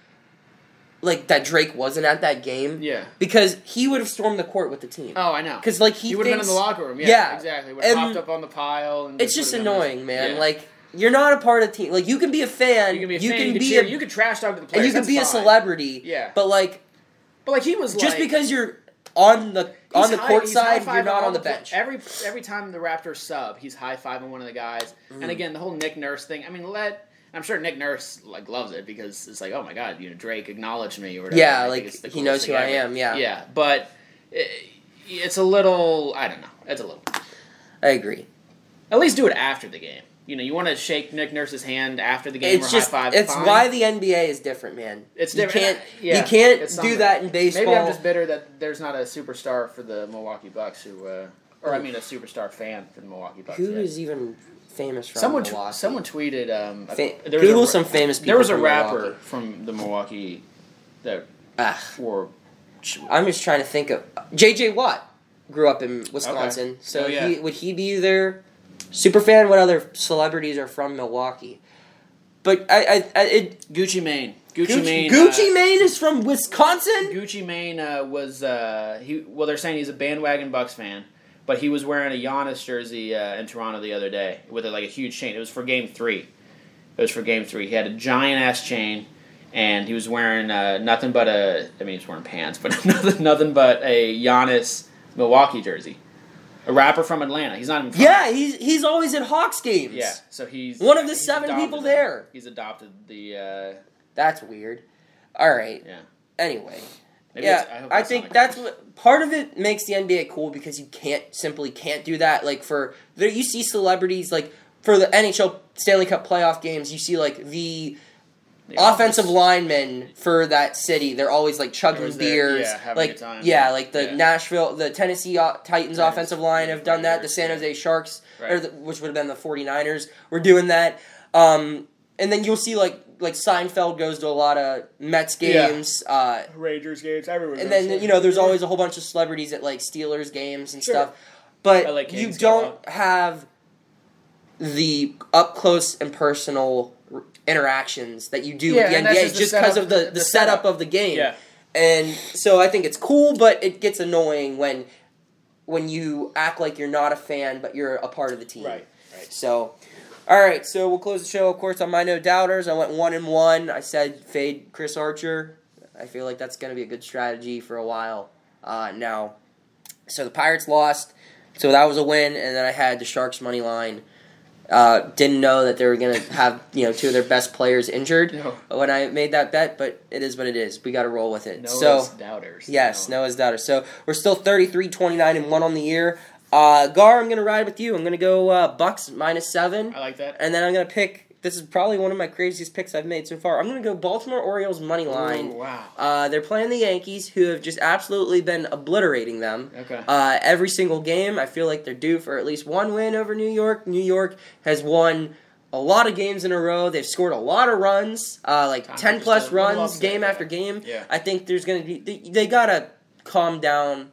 Speaker 1: like that Drake wasn't at that game,
Speaker 2: Yeah.
Speaker 1: because he would have stormed the court with the team.
Speaker 2: Oh, I know.
Speaker 1: Because like he,
Speaker 2: He would have been in
Speaker 1: thinks-
Speaker 2: the locker room. Yeah,
Speaker 1: Yeah.
Speaker 2: exactly. Would have
Speaker 1: And
Speaker 2: popped up on the pile. And
Speaker 1: It's just
Speaker 2: would've done this.
Speaker 1: annoying, man.
Speaker 2: Yeah.
Speaker 1: Like you're not a part of the team. Like you can be a fan,
Speaker 2: You can be a
Speaker 1: you
Speaker 2: fan,
Speaker 1: can
Speaker 2: you can
Speaker 1: be
Speaker 2: cheer,
Speaker 1: a-
Speaker 2: you can trash talk to the
Speaker 1: and
Speaker 2: players.
Speaker 1: you can
Speaker 2: that's
Speaker 1: be a
Speaker 2: fine.
Speaker 1: celebrity.
Speaker 2: Yeah.
Speaker 1: But like
Speaker 2: But like he was
Speaker 1: just
Speaker 2: like,
Speaker 1: because you're on the
Speaker 2: he's
Speaker 1: on the
Speaker 2: high-
Speaker 1: court
Speaker 2: he's
Speaker 1: side,
Speaker 2: high-fiving
Speaker 1: you're not
Speaker 2: all
Speaker 1: on the
Speaker 2: pla-
Speaker 1: bench.
Speaker 2: Every every time the Raptors sub, he's high fiving one of the guys.
Speaker 1: Mm.
Speaker 2: And again, the whole Nick Nurse thing. I mean, let I'm sure Nick Nurse like loves it because it's like, oh my god, you know, Drake acknowledged me or whatever.
Speaker 1: Yeah,
Speaker 2: I think
Speaker 1: like,
Speaker 2: it's the
Speaker 1: he
Speaker 2: coolest
Speaker 1: knows who
Speaker 2: thing
Speaker 1: I
Speaker 2: ever.
Speaker 1: am, yeah.
Speaker 2: yeah. But it, it's a little. I don't know. It's a little.
Speaker 1: I agree.
Speaker 2: At least do it after the game. You know, you want to shake Nick Nurse's hand after the game
Speaker 1: it's
Speaker 2: or
Speaker 1: just
Speaker 2: high five.
Speaker 1: it's
Speaker 2: fine.
Speaker 1: why the NBA is different, man.
Speaker 2: It's
Speaker 1: you
Speaker 2: different. Uh,
Speaker 1: Can't,
Speaker 2: Yeah,
Speaker 1: you can't
Speaker 2: it's
Speaker 1: do
Speaker 2: something.
Speaker 1: that in baseball.
Speaker 2: Maybe I'm just bitter that there's not a superstar for the Milwaukee Bucks who, uh, or I mean, a superstar fan for the Milwaukee Bucks.
Speaker 1: Who
Speaker 2: yeah.
Speaker 1: is even famous from
Speaker 2: someone? tw-
Speaker 1: Milwaukee?
Speaker 2: someone tweeted. Um, a-
Speaker 1: Fa-
Speaker 2: there was a
Speaker 1: Google
Speaker 2: ra-
Speaker 1: some famous people
Speaker 2: There was a
Speaker 1: from
Speaker 2: rapper
Speaker 1: Milwaukee.
Speaker 2: from the Milwaukee that
Speaker 1: Ah,
Speaker 2: wore.
Speaker 1: I'm just trying to think of J.J. Watt grew up in Wisconsin,
Speaker 2: Okay.
Speaker 1: so
Speaker 2: Oh, yeah.
Speaker 1: he, would he be their super fan? What other celebrities are from Milwaukee? But I, I, I it,
Speaker 2: Gucci Mane. Gucci,
Speaker 1: Gucci,
Speaker 2: Mane.
Speaker 1: Gucci
Speaker 2: uh,
Speaker 1: Mane is from Wisconsin.
Speaker 2: Gucci Mane uh, was uh, he. Well, they're saying he's a bandwagon Bucks fan, but he was wearing a Giannis jersey uh, in Toronto the other day with like a huge chain. It was for Game Three. It was for Game Three. He had a giant ass chain, and he was wearing uh, nothing but a. I mean, he was wearing pants, but nothing, nothing but a Giannis Milwaukee jersey. A rapper from Atlanta. He's not even. From
Speaker 1: Yeah, he's he's always at Hawks games.
Speaker 2: Yeah. So he's
Speaker 1: One of the
Speaker 2: he's
Speaker 1: seven
Speaker 2: adopted
Speaker 1: people
Speaker 2: it.
Speaker 1: there.
Speaker 2: He's adopted the. Uh,
Speaker 1: that's weird. All right.
Speaker 2: yeah.
Speaker 1: Anyway,
Speaker 2: Maybe that's-
Speaker 1: yeah,
Speaker 2: hope
Speaker 1: I,
Speaker 2: that's
Speaker 1: think
Speaker 2: not-
Speaker 1: that's what part of it makes the NBA cool because you can't simply can't do that. Like for there, you see celebrities like for the NHL Stanley Cup playoff games, you see like the
Speaker 2: the
Speaker 1: offensive
Speaker 2: office.
Speaker 1: linemen for that city. They're always like chugging
Speaker 2: Always there,
Speaker 1: beers,
Speaker 2: yeah, having a
Speaker 1: like
Speaker 2: good time.
Speaker 1: yeah, like the
Speaker 2: Yeah.
Speaker 1: Nashville, the Tennessee uh, Titans
Speaker 2: Titans.
Speaker 1: offensive line have done that. The San Jose Sharks, or
Speaker 2: Right.
Speaker 1: the, which would have been the 49ers, were doing that. Um, and then you'll see like like Seinfeld goes to a lot of Mets
Speaker 2: Yeah.
Speaker 1: games. Uh,
Speaker 2: Rangers games everywhere.
Speaker 1: and then you know there's always a whole bunch of celebrities at like Steelers games and
Speaker 2: Sure.
Speaker 1: stuff, but
Speaker 2: LA Kings
Speaker 1: you
Speaker 2: go
Speaker 1: don't
Speaker 2: out.
Speaker 1: have the up close and personal r- interactions that you do
Speaker 2: Yeah,
Speaker 1: with
Speaker 2: and
Speaker 1: the
Speaker 2: that's
Speaker 1: NBA
Speaker 2: just the
Speaker 1: just because
Speaker 2: setup-
Speaker 1: of the, the,
Speaker 2: the
Speaker 1: setup
Speaker 2: setup.
Speaker 1: of the game.
Speaker 2: Yeah.
Speaker 1: And so I think it's cool, but it gets annoying when when you act like you're not a fan but you're a part of the team.
Speaker 2: Right. Right.
Speaker 1: So, all right. So we'll close the show, of course, on my no doubters. I went one and one. I said fade Chris Archer. I feel like that's going to be a good strategy for a while uh, now. So the Pirates lost. So that was a win, and then I had the Sharks money line. Uh, didn't know that they were going to have you know two of their best players injured
Speaker 2: No.
Speaker 1: when I made that bet, but it is what it is. We got to roll with it.
Speaker 2: No
Speaker 1: so
Speaker 2: doubters.
Speaker 1: Yes, Noah's daughter. So we're still 33, 29, and 1 on the year. Uh, Gar, I'm going to ride with you. I'm going to go uh, Bucks minus 7.
Speaker 2: I like that.
Speaker 1: And then I'm going to pick. This is probably one of my craziest picks I've made so far. I'm going to go Baltimore Orioles money line.
Speaker 2: Ooh, wow.
Speaker 1: Uh, they're playing the Yankees, who have just absolutely been obliterating them.
Speaker 2: Okay.
Speaker 1: Uh, every single game, I feel like they're due for at least one win over New York. New York has won a lot of games in a row. They've scored a lot of runs, uh, like
Speaker 2: Time
Speaker 1: ten
Speaker 2: just
Speaker 1: plus
Speaker 2: a little
Speaker 1: runs,
Speaker 2: upset,
Speaker 1: game
Speaker 2: yeah.
Speaker 1: after game.
Speaker 2: Yeah.
Speaker 1: I think there's gonna be they, they gotta calm down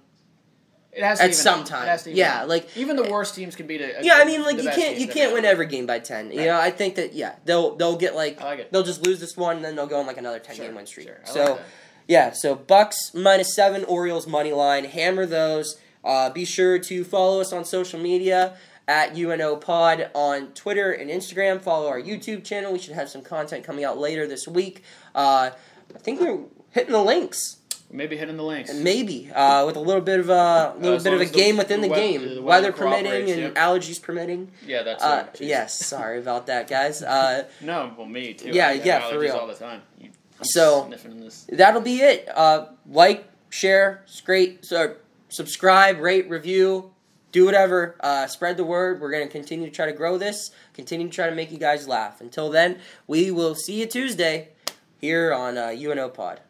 Speaker 2: it has
Speaker 1: at
Speaker 2: even-
Speaker 1: some
Speaker 2: it
Speaker 1: time.
Speaker 2: has to even-
Speaker 1: yeah, like
Speaker 2: even the worst teams can beat a. a-
Speaker 1: yeah, I mean, like
Speaker 2: the
Speaker 1: you
Speaker 2: best
Speaker 1: can't
Speaker 2: teams
Speaker 1: you
Speaker 2: in
Speaker 1: can't
Speaker 2: the
Speaker 1: win
Speaker 2: league.
Speaker 1: every game by ten. You know, I think that yeah, they'll they'll get like,
Speaker 2: I like it.
Speaker 1: they'll just lose this one and then they'll go on like another ten
Speaker 2: Sure,
Speaker 1: game win streak.
Speaker 2: sure, I like
Speaker 1: so
Speaker 2: that.
Speaker 1: yeah, so Bucks minus seven, Orioles money line. Hammer those. Uh, be sure to follow us on social media at UNO Pod on Twitter and Instagram. Follow our YouTube channel. We should have some content coming out later this week. Uh, I think we're hitting the links.
Speaker 2: maybe hitting the links.
Speaker 1: Maybe uh, with a little bit of a little
Speaker 2: as
Speaker 1: bit of
Speaker 2: long
Speaker 1: a
Speaker 2: as Uh, the-
Speaker 1: game within the,
Speaker 2: the wea-
Speaker 1: game,
Speaker 2: the
Speaker 1: weather
Speaker 2: weather
Speaker 1: permitting and
Speaker 2: cooperates, yep.
Speaker 1: allergies permitting.
Speaker 2: yeah, that's
Speaker 1: Uh,
Speaker 2: it. Jeez.
Speaker 1: yes, sorry about that, guys. Uh,
Speaker 2: No, well, me too.
Speaker 1: Yeah,
Speaker 2: I get
Speaker 1: yeah, for
Speaker 2: allergies
Speaker 1: real.
Speaker 2: all the time. You, I'm
Speaker 1: So-
Speaker 2: sniffing in this.
Speaker 1: that'll be it. Uh, like, share, great, so, subscribe, rate, review, do whatever. Uh, spread the word. We're gonna continue to try to grow this. Continue to try to make you guys laugh. Until then, we will see you Tuesday here on uh, UNO Pod.